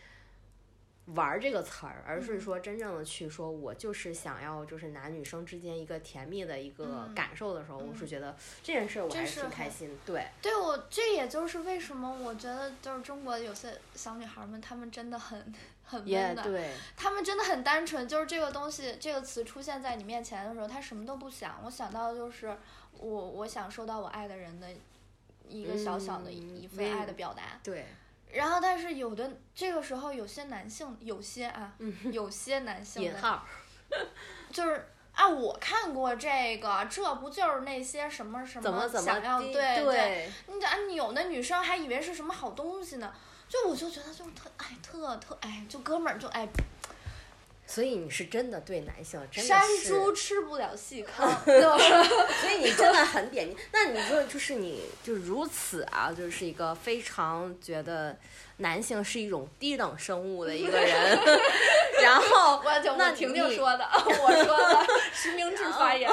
S1: 玩儿这个词儿，而
S2: 嗯
S1: 是说真正的去说，我就是想要就是男女生之间一个甜蜜的一个
S2: 嗯
S1: 感受的时候，我
S2: 嗯
S1: 是觉得这件事儿我
S2: 真
S1: 还
S2: 是
S1: 是挺
S2: 很
S1: 开心的。对，
S2: 对我，这也就是为什么我觉得，就是中国有些小女孩们，她们真的很很
S1: 也
S2: 温暖，
S1: 对，
S2: 她们真的很单纯。就是这个东西，这个词出现在你面前的时候，她什么都不想。我想到的就是我，我想收到我爱的人的一个小小的
S1: 嗯
S2: 一份爱的
S1: 嗯
S2: 表达。
S1: 对，
S2: 然后，但是有的这个时候，有些男性，有些啊，
S1: 嗯
S2: 有些男性
S1: 引
S2: 的
S1: 号，
S2: 就是啊，我看过这个，这不就是那些什么什
S1: 怎么怎么
S2: 想要
S1: 地
S2: 对
S1: 对，
S2: 你咋你有的女生还以为是什么好东西呢？就我就觉得就是特哎特特哎，就哥们儿就哎，
S1: 所以你是真的对男性真的
S2: 山
S1: 是
S2: 猪吃不了细糠，对吧？
S1: 所以你真的很点睛。那你说就是你就是如此啊，就是一个非常觉得男性是一种低等生物的一个 人，然后
S2: 我就
S1: 那
S2: 我
S1: 你哦
S2: 婷婷说的， 我说的，实名制发言，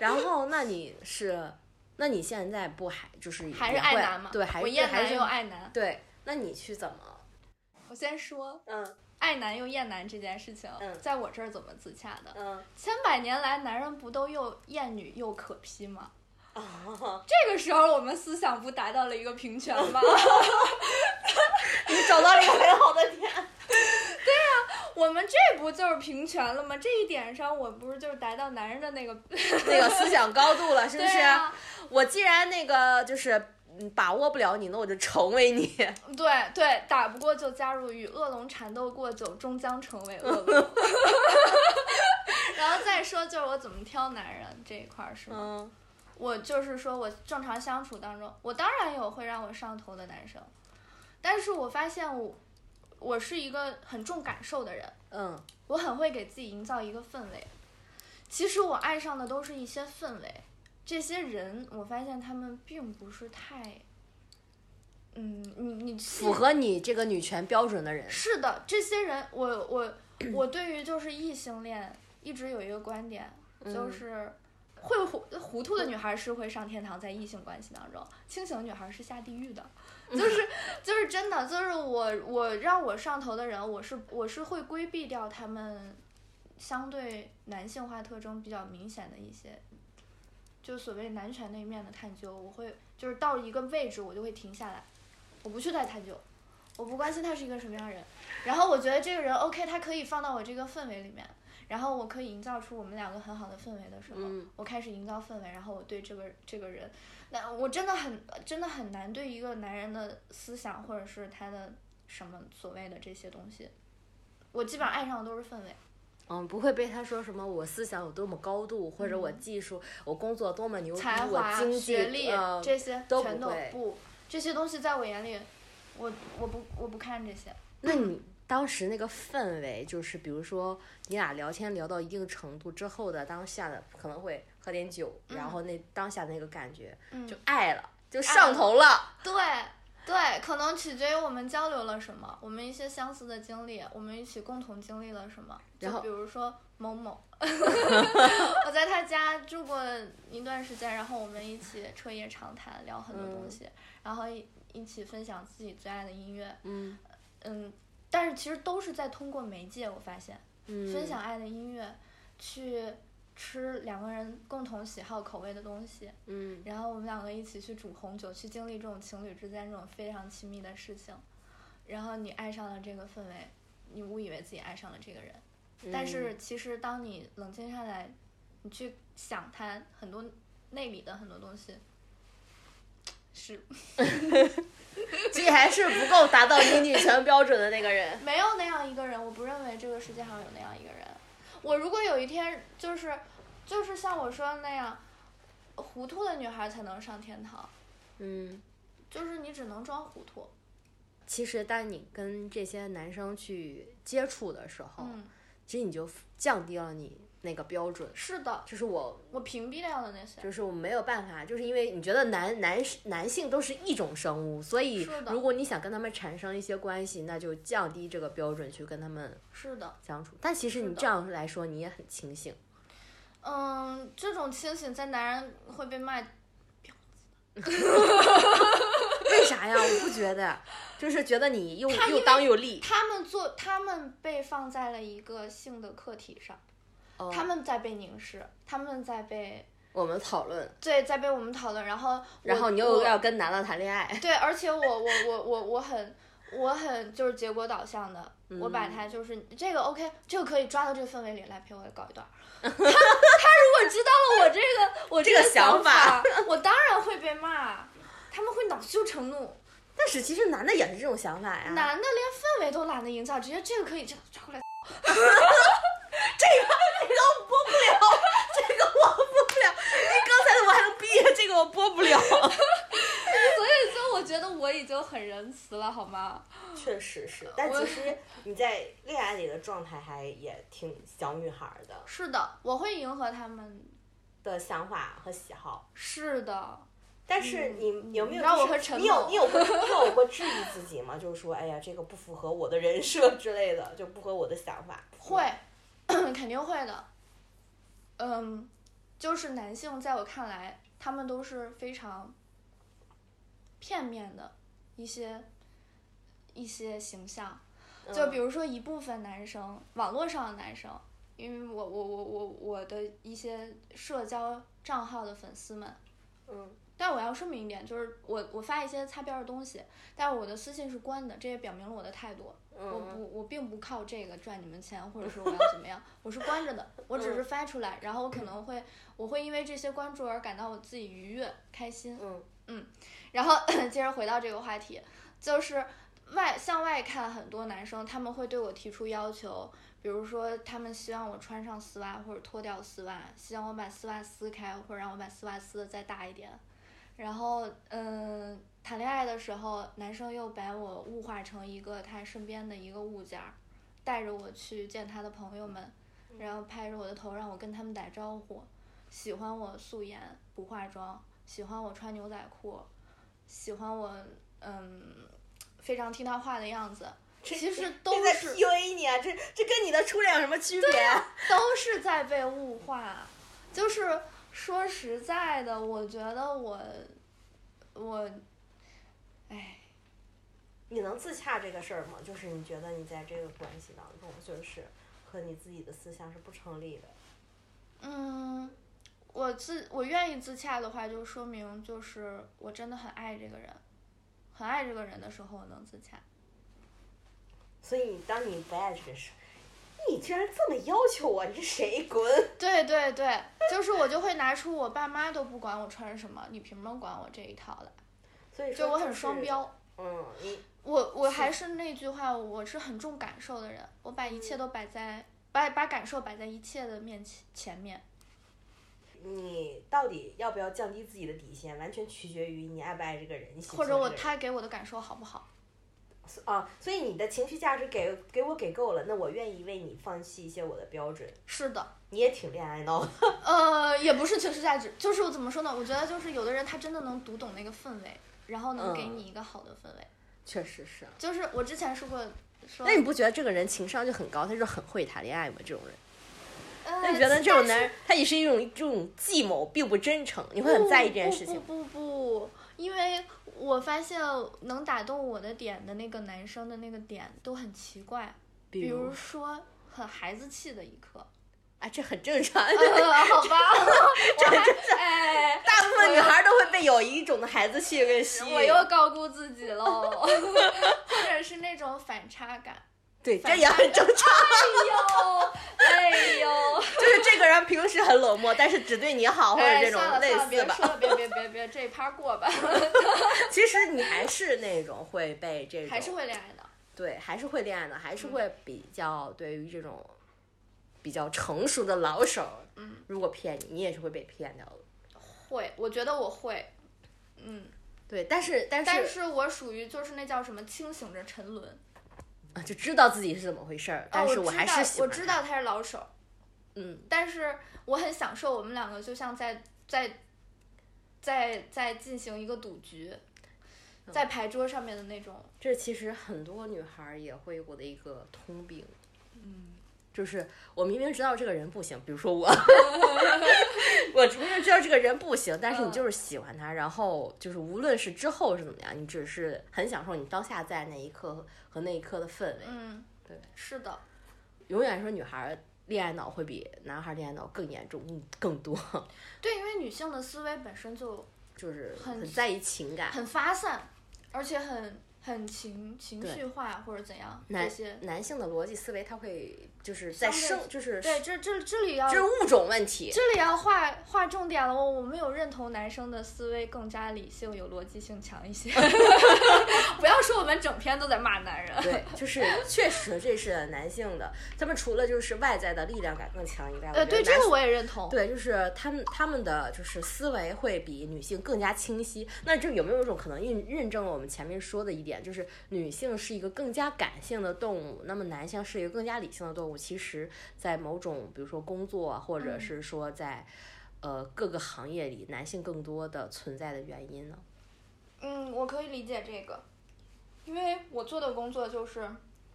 S1: 然后那你是，那你现在不还就是
S2: 还是
S1: 也
S2: 爱
S1: 会
S2: 男嘛？
S1: 对，还
S2: 我
S1: 是
S2: 厌
S1: 还
S2: 男
S1: 是
S2: 又爱男。
S1: 对，那你去怎么？
S2: 我先说
S1: 嗯
S2: 爱男又厌男这件事情，
S1: 嗯
S2: 在我这儿怎么自洽的？
S1: 嗯
S2: 千百年来，男人不都又厌女又可劈吗？
S1: 啊，
S2: 这个时候，我们思想不达到了一个平权吗？
S1: 你找到了一个很好的 点。
S2: 我们这不就是平权了吗？这一点上，我不是就是达到男人的那个，
S1: 那个思想高度了，是不是？
S2: 对啊，
S1: 我既然那个就是嗯把握不了你，那我就成为你。
S2: 对对，打不过就加入与恶龙缠斗过久，终将成为恶龙。 然后再说就是我怎么挑男人这一块儿是吗？
S1: 嗯，
S2: 我就是说我正常相处当中，我当然有会让我上头的男生，但是我发现我我是一个很重感受的人，
S1: 嗯，
S2: 我很会给自己营造一个氛围。其实我爱上的都是一些氛围，这些人我发现他们并不是太，嗯，你你
S1: 符合你这个女权标准的人，
S2: 是的，这些人我我我对于就是异性恋一直有一个观点，就是会糊糊涂的女孩是会上天堂，在异性关系当中，清醒的女孩是下地狱的，就是就是真的，就是我我让我上头的人，我是我是会规避掉他们相对男性化特征比较明显的一些。就所谓男权那一面的探究，我会就是到一个位置，我就会停下来，我不去再探究，我不关心他是一个什么样的人，然后我觉得这个人 OK，他可以放到我这个氛围里面，然后我可以营造出我们两个很好的氛围的时候，
S1: 嗯
S2: 我开始营造氛围，然后我对这个这个人，那我真的很真的很难对一个男人的思想或者是他的什么所谓的这些东西，我基本上爱上的都是氛围，
S1: 嗯，不会被他说什么我思想有多么高度，或者我技术、我工作多么牛逼，
S2: 才
S1: 我
S2: 华、
S1: 经济
S2: 学历、
S1: 呃
S2: 这些
S1: 都
S2: 全
S1: 不
S2: 都
S1: 会
S2: 不，这些东西在我眼里，我我不我不看这些。
S1: 那你当时那个氛围，就是比如说你俩聊天聊到一定程度之后的当下的，可能会喝点酒，然后那当下那个感觉、
S2: 嗯
S1: 就爱了，就上头了。
S2: 对对，可能取决于我们交流了什么，我们一些相似的经历，我们一起共同经历了什么。就
S1: 然后
S2: 比如说某某， 我在他家住过一段时间，然后我们一起彻夜长谈，聊很多东
S1: 嗯
S2: 西，然后一一起分享自己最爱的音乐。
S1: 嗯
S2: 嗯，但是其实都是在通过媒介，我发现
S1: 嗯，
S2: 分享爱的音乐，去吃两个人共同喜好口味的东西，
S1: 嗯
S2: 然后我们两个一起去煮红酒，去经历这种情侣之间这种非常亲密的事情。然后你爱上了这个氛围，你误以为自己爱上了这个人，但是其实当你冷静下来，你去想他很多内里的很多东西，是
S1: 这还是不够达到你女权标准的那个人。
S2: 没有那样一个人，我不认为这个世界上有那样一个人。我如果有一天就是就是像我说的那样，糊涂的女孩才能上天堂，
S1: 嗯。
S2: 就是你只能装糊涂。
S1: 其实，当你跟这些男生去接触的时候，
S2: 嗯，
S1: 其实你就降低了你那个标准。
S2: 是的，
S1: 就是我，
S2: 我屏蔽掉了那些。
S1: 就是我没有办法，就是因为你觉得男男男性都是一种生物，所以
S2: 是的
S1: 如果你想跟他们产生一些关系，那就降低这个标准去跟他们
S2: 是的，
S1: 相处。但其实
S2: 是
S1: 你
S2: 的
S1: 这样来说，你也很清醒。
S2: 嗯，这种清醒在男人会被骂，
S1: 为啥呀？我不觉得，就是觉得你又
S2: 他因
S1: 又
S2: 为
S1: 当又立，
S2: 他们做，他们被放在了一个性的课题上，
S1: 哦
S2: 他们在被凝视，他们在被
S1: 我们讨论，
S2: 对在被我们讨论，然后
S1: 然
S2: 我
S1: 后你
S2: 我
S1: 又要跟男的谈恋爱，
S2: 对，而且我我我我我很我很就是结果导向的，我把他就是这个 OK，这个可以抓到这个氛围里来陪我搞一段儿。他他如果知道了我这个我
S1: 这
S2: 个
S1: 个
S2: 想
S1: 想法
S2: 我当然会被骂，他们会恼羞成怒。
S1: 但是其实男的也是这种想法呀，
S2: 男的连氛围都懒得营造，直接这个可以这样抓过来。
S1: 这个我播不了，你刚才的我还能毕业，这个我播不了。
S2: 所以说，我觉得我已经很仁慈了，好吗？
S3: 确实是，但
S2: 我
S3: 其实你在恋爱里的状态还也挺小女孩儿的
S2: 是的，我会迎合他们。
S3: 的想法和喜好。
S2: 是的，
S3: 但是你有没有、就是
S2: 嗯你让我和陈
S3: 你有
S2: 某
S3: 你有过你有过质疑自己吗？就是说，哎呀，这个不符合我的人设之类的，就不合我的想法。
S2: 会， 肯定会的。嗯，就是男性在我看来，他们都是非常片面的一些一些形象。就比如说一部分男生，网络上的男生，因为我我我我我的一些社交账号的粉丝们，
S3: 嗯，
S2: 但我要声明一点，就是我我发一些擦边儿的东西，但我的私信是关的，这也表明了我的态度。我
S3: 嗯，
S2: 不，我并不靠这个赚你们钱，或者是我要怎么样，我是关着的，我只是
S3: 嗯
S2: 发出来，然后我可能会，我会因为这些关注而感到我自己愉悦、开心。
S3: 嗯
S2: 然后 接着回到这个话题，就是外向外看，很多男生他们会对我提出要求，比如说他们希望我穿上丝袜或者脱掉丝袜，希望我把丝袜撕开，或者让我把丝袜撕的再大一点。然后，嗯，谈恋爱的时候，男生又把我物化成一个他身边的一个物件儿，带着我去见他的朋友们，然后拍着我的头让我跟他们打招呼，喜欢我素颜不化妆，喜欢我穿牛仔裤，喜欢我嗯非常听他话的样子，其实都
S3: 这在
S2: 是
S3: PUA 你啊，这这跟你的初恋有什么区别？啊
S2: 都是在被物化。就是说实在的，我觉得我我，哎，
S3: 你能自洽这个事儿吗？就是你觉得你在这个关系当中，就是和你自己的思想是不成立的。
S2: 嗯，我自我愿意自洽的话，就说明就是我真的很爱这个人，很爱这个人的时候，我能自洽。
S3: 所以你当你不爱这个事，你居然这么要求我，你是谁？滚！
S2: 对对对，就是我就会拿出我爸妈都不管我穿什么，你凭什么管我这一套来？
S3: 所以说、
S2: 就我很双。标。
S3: 嗯，你
S2: 我我还是那句话，我是很重感受的人，我把一切都摆在、把把感受摆在一切的面前前面。
S3: 你到底要不要降低自己的底线，完全取决于你爱不爱这个人，你喜不
S2: 或
S3: 喜
S2: 者
S3: 欢
S2: 我
S3: 这个人
S2: 他给我的感受好不好？
S3: 啊，所以你的情绪价值给给我给够了，那我愿意为你放弃一些我的标准。
S2: 是的，
S3: 你也挺恋爱脑的，
S2: 呃，也不是情绪价值，就是我怎么说呢？我觉得就是有的人他真的能读懂那个氛围，然后能给
S1: 嗯
S2: 你一个好的氛围。
S1: 确实是。啊
S2: 就是我之前说过，说
S1: 那你不觉得这个人情商就很高，他就是很会谈恋爱吗？这种人，
S2: 呃
S1: 那你觉得这种
S2: 但
S1: 男
S2: 是
S1: 人，他也是一种这种计谋，并不真诚，你会很在意这件事情。
S2: 不不不不，因为我发现能打动我的点的那个男生的那个点都很奇怪，比如说很孩子气的一刻。
S1: 啊，这很正常，
S2: 呃，好吧，我还 哎，
S1: 大部分女孩都会被有一种的孩子气给吸引。
S2: 我又高估自 己喽， 或者是那种反差感。
S1: 对，这也很正常，
S2: 哎呦，哎呦，
S1: 就是这个人平时很冷漠，但是只对你好，或者
S2: 哎，
S1: 这
S2: 算
S1: 种
S2: 了
S1: 类
S2: 算了，
S1: 似
S2: 别
S1: 吧。
S2: 说了，别别别别，这一趴过吧，
S1: 其实你还是那种会被这种，
S2: 还是会嗯恋爱的。
S1: 对，还是会恋爱的，还是会比较对于这种比较成熟的老手，
S2: 嗯，
S1: 如果骗你，你也是会被骗掉的。
S2: 会，我觉得我会，嗯，
S1: 对，但是但是
S2: 但是我属于就是那叫什么清醒着沉沦，
S1: 啊就知道自己是怎么回事儿，但是
S2: 哦、我知
S1: 还
S2: 道
S1: 是喜欢
S2: 我知
S1: 他，
S2: 道他是老手，
S1: 嗯，
S2: 但是我很享受我们两个就像在在在在进行一个赌局，
S1: 嗯
S2: 在牌桌上面的那种，
S1: 这其实很多女孩儿也会有的一个通病，
S2: 嗯，
S1: 就是我明明知道这个人不行，比如说 我，我明明知道这个人不行，但是
S2: 嗯
S1: 你就是喜欢他，然后就是无论是之后是怎么样，你只是很享受你当下在那一刻和那一刻的氛围。
S2: 嗯，
S1: 对，
S2: 是的，
S1: 永远说女孩恋爱脑会比男孩恋爱脑更严重、更更多，
S2: 对，因为女性的思维本身就
S1: 就是
S2: 很
S1: 很在意情感。
S2: 很发散，而且很很情情绪化或者怎样
S1: 男
S2: 这些。
S1: 男性的逻辑思维，他会就是在
S2: 相对
S1: 生，就是
S2: 对，这这这里要
S1: 这是物种问题。
S2: 这里要划划重点了。我我们有认同男生的思维更加理性，有逻辑性强一些。 不要说我们整篇都在骂男人。
S1: 对，啊就是确实这是男性的，他们除了就是外在的力量感更强以外，
S2: 呃，
S1: 我觉得
S2: 对这
S1: 男
S2: 个
S1: 性
S2: 我也认同。
S1: 对，就是他们他们的就是思维会比女性更加清晰。那这有没有一种可能印印证了我们前面说的一点，就是女性是一个更加感性的动物，那么男性是一个更加理性的动物？其实，在某种比如说工作啊，或者
S2: 嗯
S1: 是说在、呃各个行业里，男性更多的存在的原因呢？
S2: 嗯，我可以理解这个，因为我做的工作就是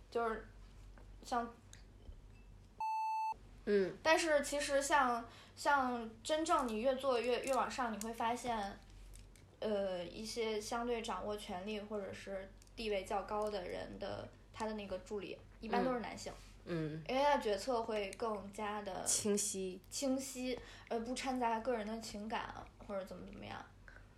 S2: 就是像
S1: 嗯，
S2: 但是其实像像真正你越做越越往上，你会发现，呃，一些相对掌握权力或者是地位较高的人的他的那个助理，一般都是男性，
S1: 嗯，
S2: 因为他的决策会更加的
S1: 清晰。
S2: 清晰，呃，不掺杂个人的情感啊或者怎么怎么样。嗯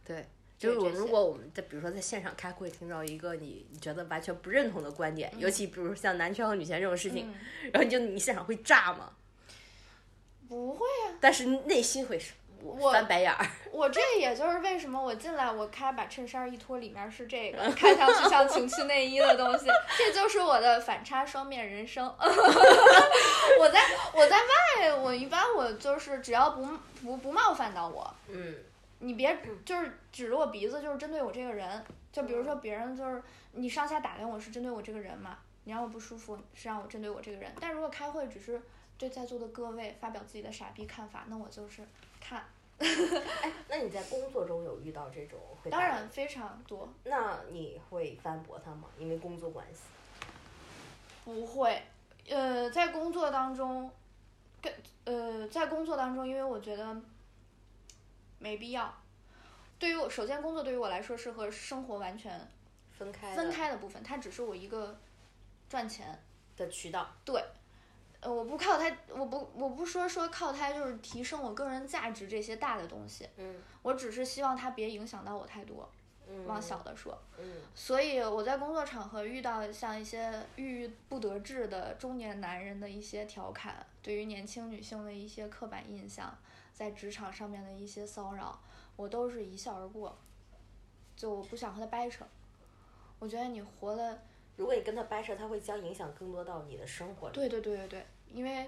S1: 对，就是
S2: 对
S1: 我
S2: 这
S1: 们
S2: 些
S1: 如果我们在比如说在现场开会，听到一个你你觉得完全不认同的观点，尤其比如像男权和女权这种事情，
S2: 嗯，
S1: 然 后你就你现场会炸嘛，
S2: 不会，啊
S1: 但是内心会是
S2: 我
S1: 翻白眼儿，
S2: 我这也就是为什么我进来我咔把衬衫一脱，里面是这个看上去像情趣内衣的东西，这就是我的反差双面人生。 我在我在外，我一般我就是只要不不不冒犯到我，
S1: 嗯
S2: 你别就是指着我鼻子，就是针对我这个人。就比如说别人就是你上下打量我是针对我这个人嘛，你让我不舒服是让我针对我这个人。但如果开会只是对在座的各位发表自己的傻逼看法，那我就是看，
S3: 哎， 那你在工作中有遇到这种回答？
S2: 当然，非常多。
S3: 那你会反驳他吗？因为工作关系。
S2: 不会，呃，在工作当中，跟呃，在工作当中，因为我觉得没必要。对于我，首先工作对于我来说是和生活完全
S3: 分开
S2: 分
S3: 的
S2: 开的部分，它只是我一个赚钱。
S3: 的渠道，
S2: 呃，我不靠它，我不我不说说靠它就是提升我个人价值这些大的东西，
S3: 嗯
S2: 我只是希望它别影响到我太多。
S3: 嗯，
S2: 往小的说，
S3: 嗯，
S2: 所以我在工作场合遇到像一些郁郁不得志的中年男人的一些调侃，对于年轻女性的一些刻板印象，在职场上面的一些骚扰，我都是一笑而过，就我不想和他掰扯。我觉得你活的，
S3: 如果你跟他掰扯，他会将影响更多到你的生活里。
S2: 对对对对对，因为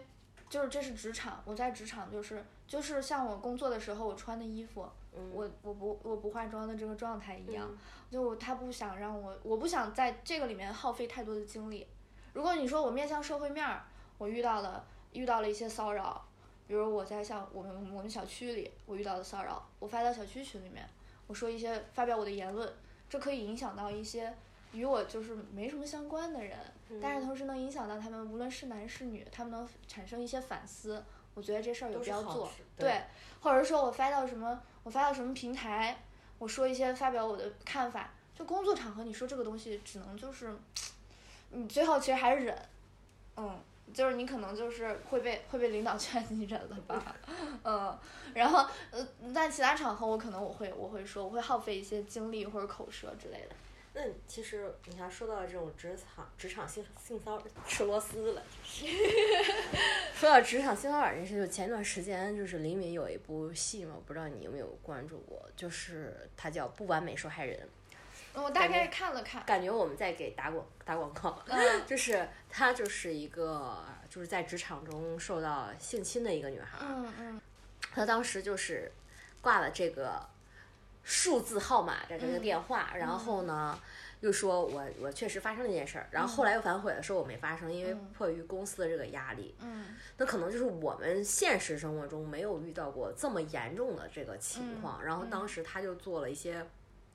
S2: 就是这是职场，我在职场就是就是像我工作的时候我穿的衣服，
S3: 嗯，
S2: 我我不我不化妆的这个状态一样。
S3: 嗯
S2: 就他不想让我，我不想在这个里面耗费太多的精力。如果你说我面向社会面儿，我遇到了遇到了一些骚扰，比如我在像我们我们小区里我遇到的骚扰，我发到小区群里面，我说一些发表我的言论，这可以影响到一些与我就是没什么相关的人，
S3: 嗯
S2: 但是同时能影响到他们，无论是男是女，他们能产生一些反思。我觉得这事儿有
S3: 都
S2: 必
S3: 是
S2: 要
S3: 好
S2: 做
S3: 事，对
S2: 对，或者说我发到什么，我发到什么平台，我说一些发表我的看法，就工作场合，你说这个东西只能就是，你最后其实还是忍，嗯，就是你可能就是会被会被领导劝你忍了吧， 嗯，然后呃，在其他场合我可能我会我会说我会耗费一些精力或者口舌之类的，
S3: 那你其实你看，说到这种职场职场性性骚扰，吃螺丝了，
S1: 说到职场性骚扰这事，就前段时间就是李敏有一部戏嘛，我不知道你有没有关注过，就是它叫《不完美受害人》，
S2: 嗯我大
S1: 感觉
S2: 概看了看，
S1: 感觉我们在给打广打广告。
S2: 嗯
S1: 就是她就是一个就是在职场中受到性侵的一个女孩，
S2: 嗯嗯
S1: 她当时就是挂了这个数字号码的这个
S2: 嗯
S1: 电话，然后呢。又说我我确实发生了这件事儿，然后后来又反悔了，说我没发生，因为
S2: 嗯
S1: 迫于公司的这个压力，
S2: 嗯
S1: 那可能就是我们现实生活中没有遇到过这么严重的这个情况。
S2: 嗯
S1: 然后
S2: 嗯
S1: 当时她就做了一些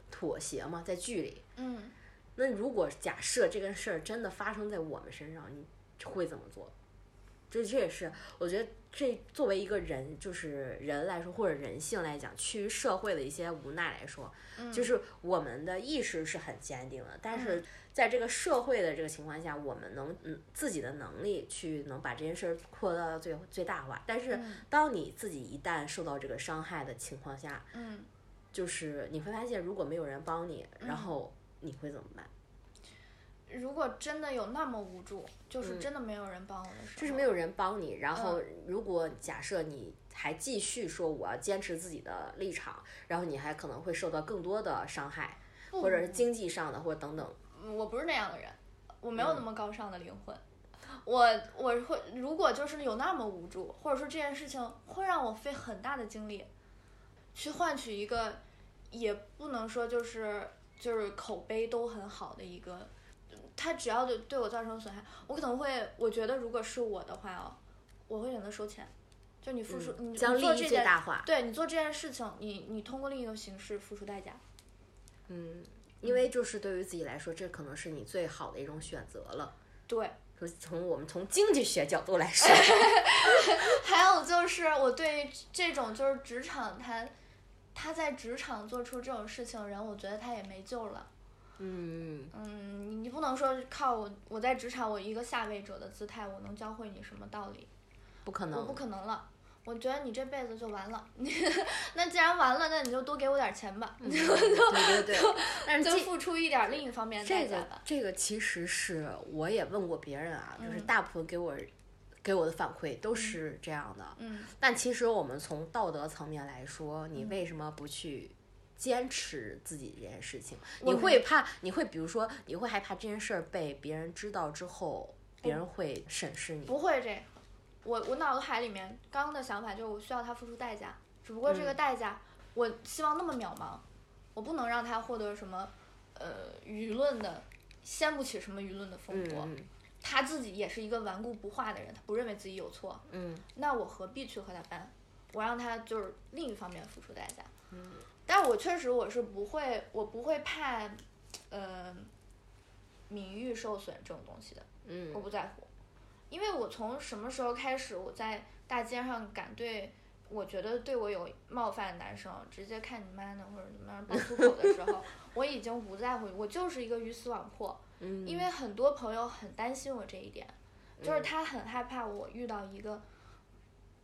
S1: 妥协嘛，在剧里，
S2: 嗯，
S1: 那如果假设这个事儿真的发生在我们身上，你会怎么做？这这也是我觉得这作为一个人，就是人来说或者人性来讲，趋于社会的一些无奈来说，
S2: 嗯
S1: 就是我们的意识是很坚定的，但是在这个社会的这个情况下，我们能嗯自己的能力去能把这件事儿扩大到最最大化，但是
S2: 嗯
S1: 当你自己一旦受到这个伤害的情况下，
S2: 嗯，
S1: 就是你会发现如果没有人帮你，然
S2: 嗯
S1: 后你会怎么办？
S2: 如果真的有那么无助，就是
S1: 嗯
S2: 真的没有人帮我的时候，
S1: 就是没有人帮你，然
S2: 嗯
S1: 后如果假设你还继续说我要坚持自己的立场，然后你还可能会受到更多的伤害，
S2: 不，
S1: 或者是
S2: 不
S1: 经济上的或者等等。
S2: 不嗯我不是那样的人，我没有
S1: 嗯
S2: 那么高尚的灵魂。我我会，如果就是有那么无助，或者说这件事情会让我费很大的精力，去换取一个，也不能说就是就是口碑都很好的一个，他只要对对我造成损害，我可能会，我觉得如果是我的话哦，我会选择收钱，就你付出，嗯你
S1: 嗯
S2: 你
S1: 将利
S2: 做
S1: 益
S2: 这
S1: 最
S2: 件，
S1: 大化。
S2: 对你做这件事情，你你通过另一种形式付出代价，
S1: 嗯，因为就是对于自己来说，这可能是你最好的一种选择了。
S2: 对。
S1: 说从我们从经济学角度来说，
S2: 还有就是我对这种就是职场他，他在职场做出这种事情的人，我觉得他也没救了。
S1: 嗯，
S2: 嗯，你你不能说靠我我在职场我一个下位者的姿态，我能教会你什么道理？
S1: 不可
S2: 我不
S1: 能。
S2: 可能了。我觉得你这辈子就完了， 那既然完了，那你就多给我点钱吧，
S1: 嗯 对对对，但
S2: 你
S1: 是
S2: 就
S1: 这
S2: 付出一点另一方面的代
S1: 这
S2: 价
S1: 个
S2: 吧。
S1: 这个其实是我也问过别人啊，就是
S2: 嗯
S1: 大部分给我给我的反馈都是这样的。
S2: 嗯
S1: 但其实我们从道德层面来说，你为什么不去坚持自己这件事情？
S2: 我
S1: 你
S2: 明
S1: 会怕，你会比如说，你会害怕这件事儿被别人知道之后，别人会审视你。
S2: 不会这样，我我脑海里面刚刚的想法就是我需要他付出代价，只不过
S1: 嗯
S2: 这个代价，我希望那么渺茫，我不能让他获得什么，呃，舆论的掀不起什么舆论的风波。
S1: 嗯
S2: 他自己也是一个顽固不化的人，他不认为自己有错，
S1: 嗯
S2: 那我何必去和他掰？我让他就是另一方面付出代价。嗯，但我确实我是不会，我不会怕，呃，名誉受损这种东西的。
S1: 嗯
S2: 我不在乎，因为我从什么时候开始，我在大街上敢对我觉得对我有冒犯的男生直接看你妈呢，或者怎么样爆粗口的时候， 我已经不在乎，我就是一个鱼死网破。
S1: 嗯，
S2: 因为很多朋友很担心我这一点，就是他很害怕我遇到一个，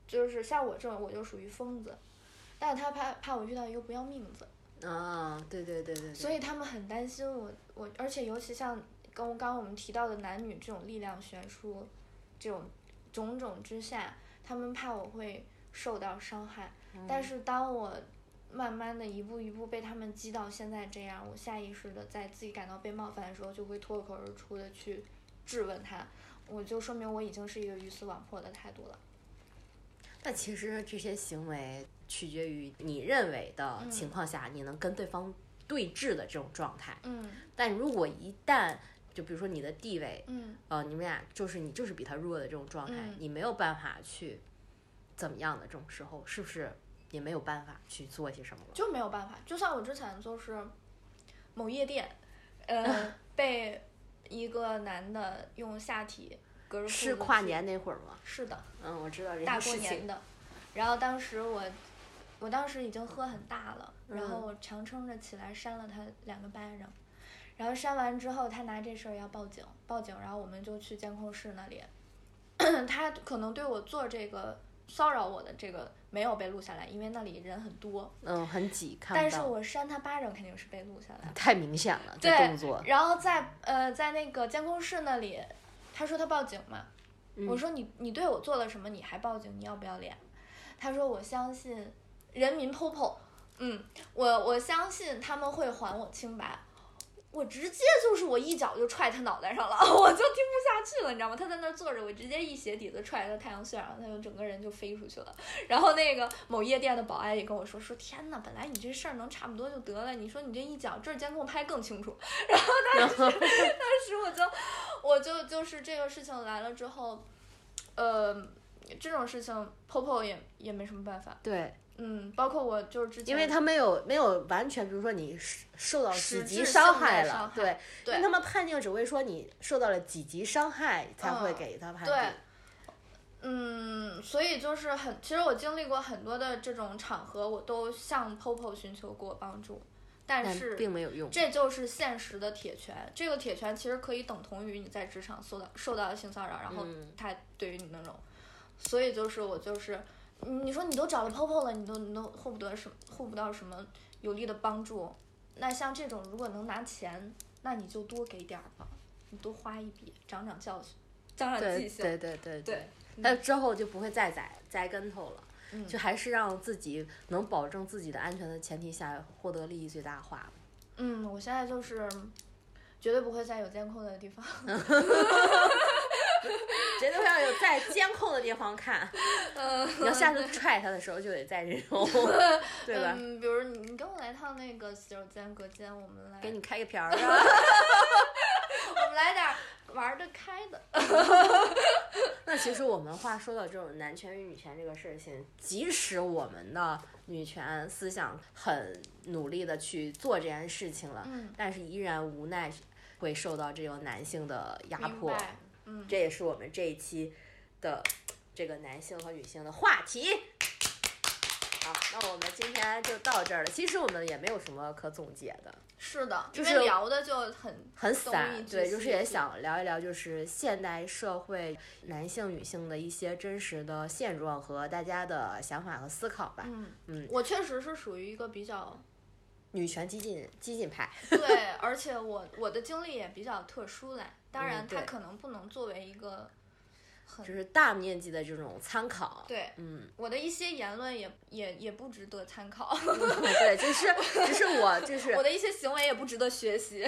S2: 就是像我这种我就属于疯子，但是他怕怕我遇到一个不要命的。
S1: 啊，对对对对对，
S2: 所以他们很担心我，我而且尤其像跟我刚刚我们提到的男女这种力量悬殊，这种种种之下，他们怕我会受到伤害。但是当我慢慢的一步一步被他们击到现在这样，我下意识的在自己感到被冒犯的时候，就会脱口而出的去质问他，我就说明我已经是一个鱼死网破的态度了。
S1: 但其实这些行为取决于你认为的
S2: 嗯
S1: 情况下，你能跟对方对峙的这种状态。
S2: 嗯
S1: 但如果一旦就比如说你的地位
S2: 嗯
S1: 呃，你们俩就是你就是比他弱的这种状态，
S2: 嗯
S1: 你没有办法去怎么样的这种时候，是不是也没有办法去做些什么了？
S2: 就没有办法。就像我之前就是某夜店， 呃，被一个男的用下体隔着裤子
S1: 是跨
S2: 去
S1: 年，那会儿吗？
S2: 是的，
S1: 嗯，我知道这
S2: 大
S1: 件
S2: 过
S1: 事情。
S2: 年的。然后当时我，我当时已经喝很大了，然
S1: 嗯
S2: 后我强撑着起来扇了他两个巴掌。然后扇完之后，他拿这事儿要报警，报警，然后我们就去监控室那里。 他可能对我做这个骚扰我的这个没有被录下来，因为那里人很多。
S1: 嗯，很挤，看
S2: 但
S1: 不
S2: 是
S1: 到。
S2: 我扇他巴掌肯定是被录下来的。
S1: 太明显了，这
S2: 对
S1: 动作。
S2: 然后在呃在那个监控室那里，他说他报警嘛，
S1: 嗯
S2: 我说你你对我做了什么？你还报警？你要不要脸？他说我相信人民 POPO，嗯，我我相信他们会还我清白。我直接就是我一脚就踹他脑袋上了， 我就听不下去了，你知道吗？他在那儿坐着，我直接一鞋底子踹他太阳穴上，他就整个人就飞出去了。然后那个某夜店的保安也跟我说说，天哪，本来你这事儿能差不多就得了，你说你这一脚，这儿监控拍更清楚。
S1: 然后，
S2: 当时我就我就就是这个事情来了之后，呃，这种事情 Popo 也也没什么办法，
S1: 对，
S2: 嗯，包括我就是之前
S1: 因为他没有没有完全，比如说你受受到
S2: 实
S1: 几级
S2: 质
S1: 伤
S2: 性的
S1: 害
S2: 伤
S1: 了
S2: 害，
S1: 对，因
S2: 对
S1: 为他们判定只会说你受到了几级伤害才会
S2: 嗯
S1: 给他判定。
S2: 对，嗯，所以就是很，其实我经历过很多的这种场合，我都向 Popo 寻求过帮助，但
S1: 但
S2: 是
S1: 并没有用。
S2: 这就是现实的铁拳。这个铁拳其实可以等同于你在职场受到受到的性骚扰，然后
S1: 嗯
S2: 他对于你那种，所以就是我就是，你说你都找了 Popo 了，你都你都获不得什么获不到什么有力的帮助。那像这种如果能拿钱，那你就多给点儿吧，你多花一笔，长长教训，长长记
S1: 对
S2: 性。
S1: 对对对
S2: 对，
S1: 但之后就不会再栽栽跟头了。
S2: 嗯
S1: 就还是让自己能保证自己的安全的前提下，获得利益最大化。
S2: 嗯，我现在就是绝对不会在有监控的地方。
S1: 绝对要有在监控的地方看。
S2: 嗯
S1: 你要下次踹他的时候，就得在这 种，对吧？
S2: 嗯，比如你你跟我来趟那个洗手间、隔间，我们来
S1: 给你开个 瓢儿啊！
S2: 我们来点儿玩得开的。
S1: 那其实我们话说到这种男权与女权这个事情，即使我们的女权思想很努力的去做这件事情了，
S2: 嗯，
S1: 但是依然无奈会受到这种男性的压
S2: 明
S1: 迫。
S2: 白。嗯，
S1: 这也是我们这一期的这个男性和女性的话题。好，那我们今天就到这儿了。其实我们也没有什么可总结的，
S2: 是的，
S1: 就
S2: 因为
S1: 是
S2: 聊的就很
S1: 很
S2: 东一
S1: 散，
S2: 句
S1: 对，
S2: 西
S1: 就是
S2: 一
S1: 也
S2: 句
S1: 想聊一聊，就是现代社会男性、女性的一些真实的现状和大家的想法和思考吧。
S2: 嗯
S1: 嗯
S2: 我确实是属于一个比较
S1: 女权激进激进派，
S2: 对，而且我我的经历也比较特殊啦。当
S1: 嗯
S2: 然，它
S1: 对
S2: 可能不能作为一个
S1: 就
S2: 很
S1: 是大面积的这种参考。，
S2: 对
S1: 嗯，
S2: 我的一些言论也也也不值得参考，
S1: 对，就是只是我就是
S2: 我的一些行为也不值得学习。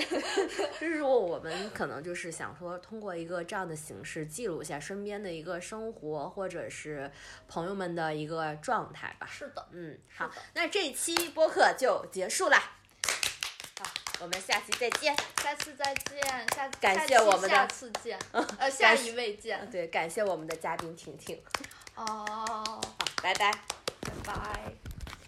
S1: 就是说，我们可能就是想说，通过一个这样的形式记录一下身边的一个生活，或者是朋友们的一个状态吧。
S2: 是的，
S1: 嗯，好
S2: 是的，
S1: 那这一期播客就结束了，好，我们下期再见。
S2: 下次再见，下
S1: 感
S2: 下
S1: 谢
S2: 期
S1: 我们的
S2: 下次见，呃， 下
S1: 谢
S2: 一位 见。
S1: 对，感谢我们的嘉宾婷婷，
S2: 哦，
S1: 好，拜拜。
S2: 拜。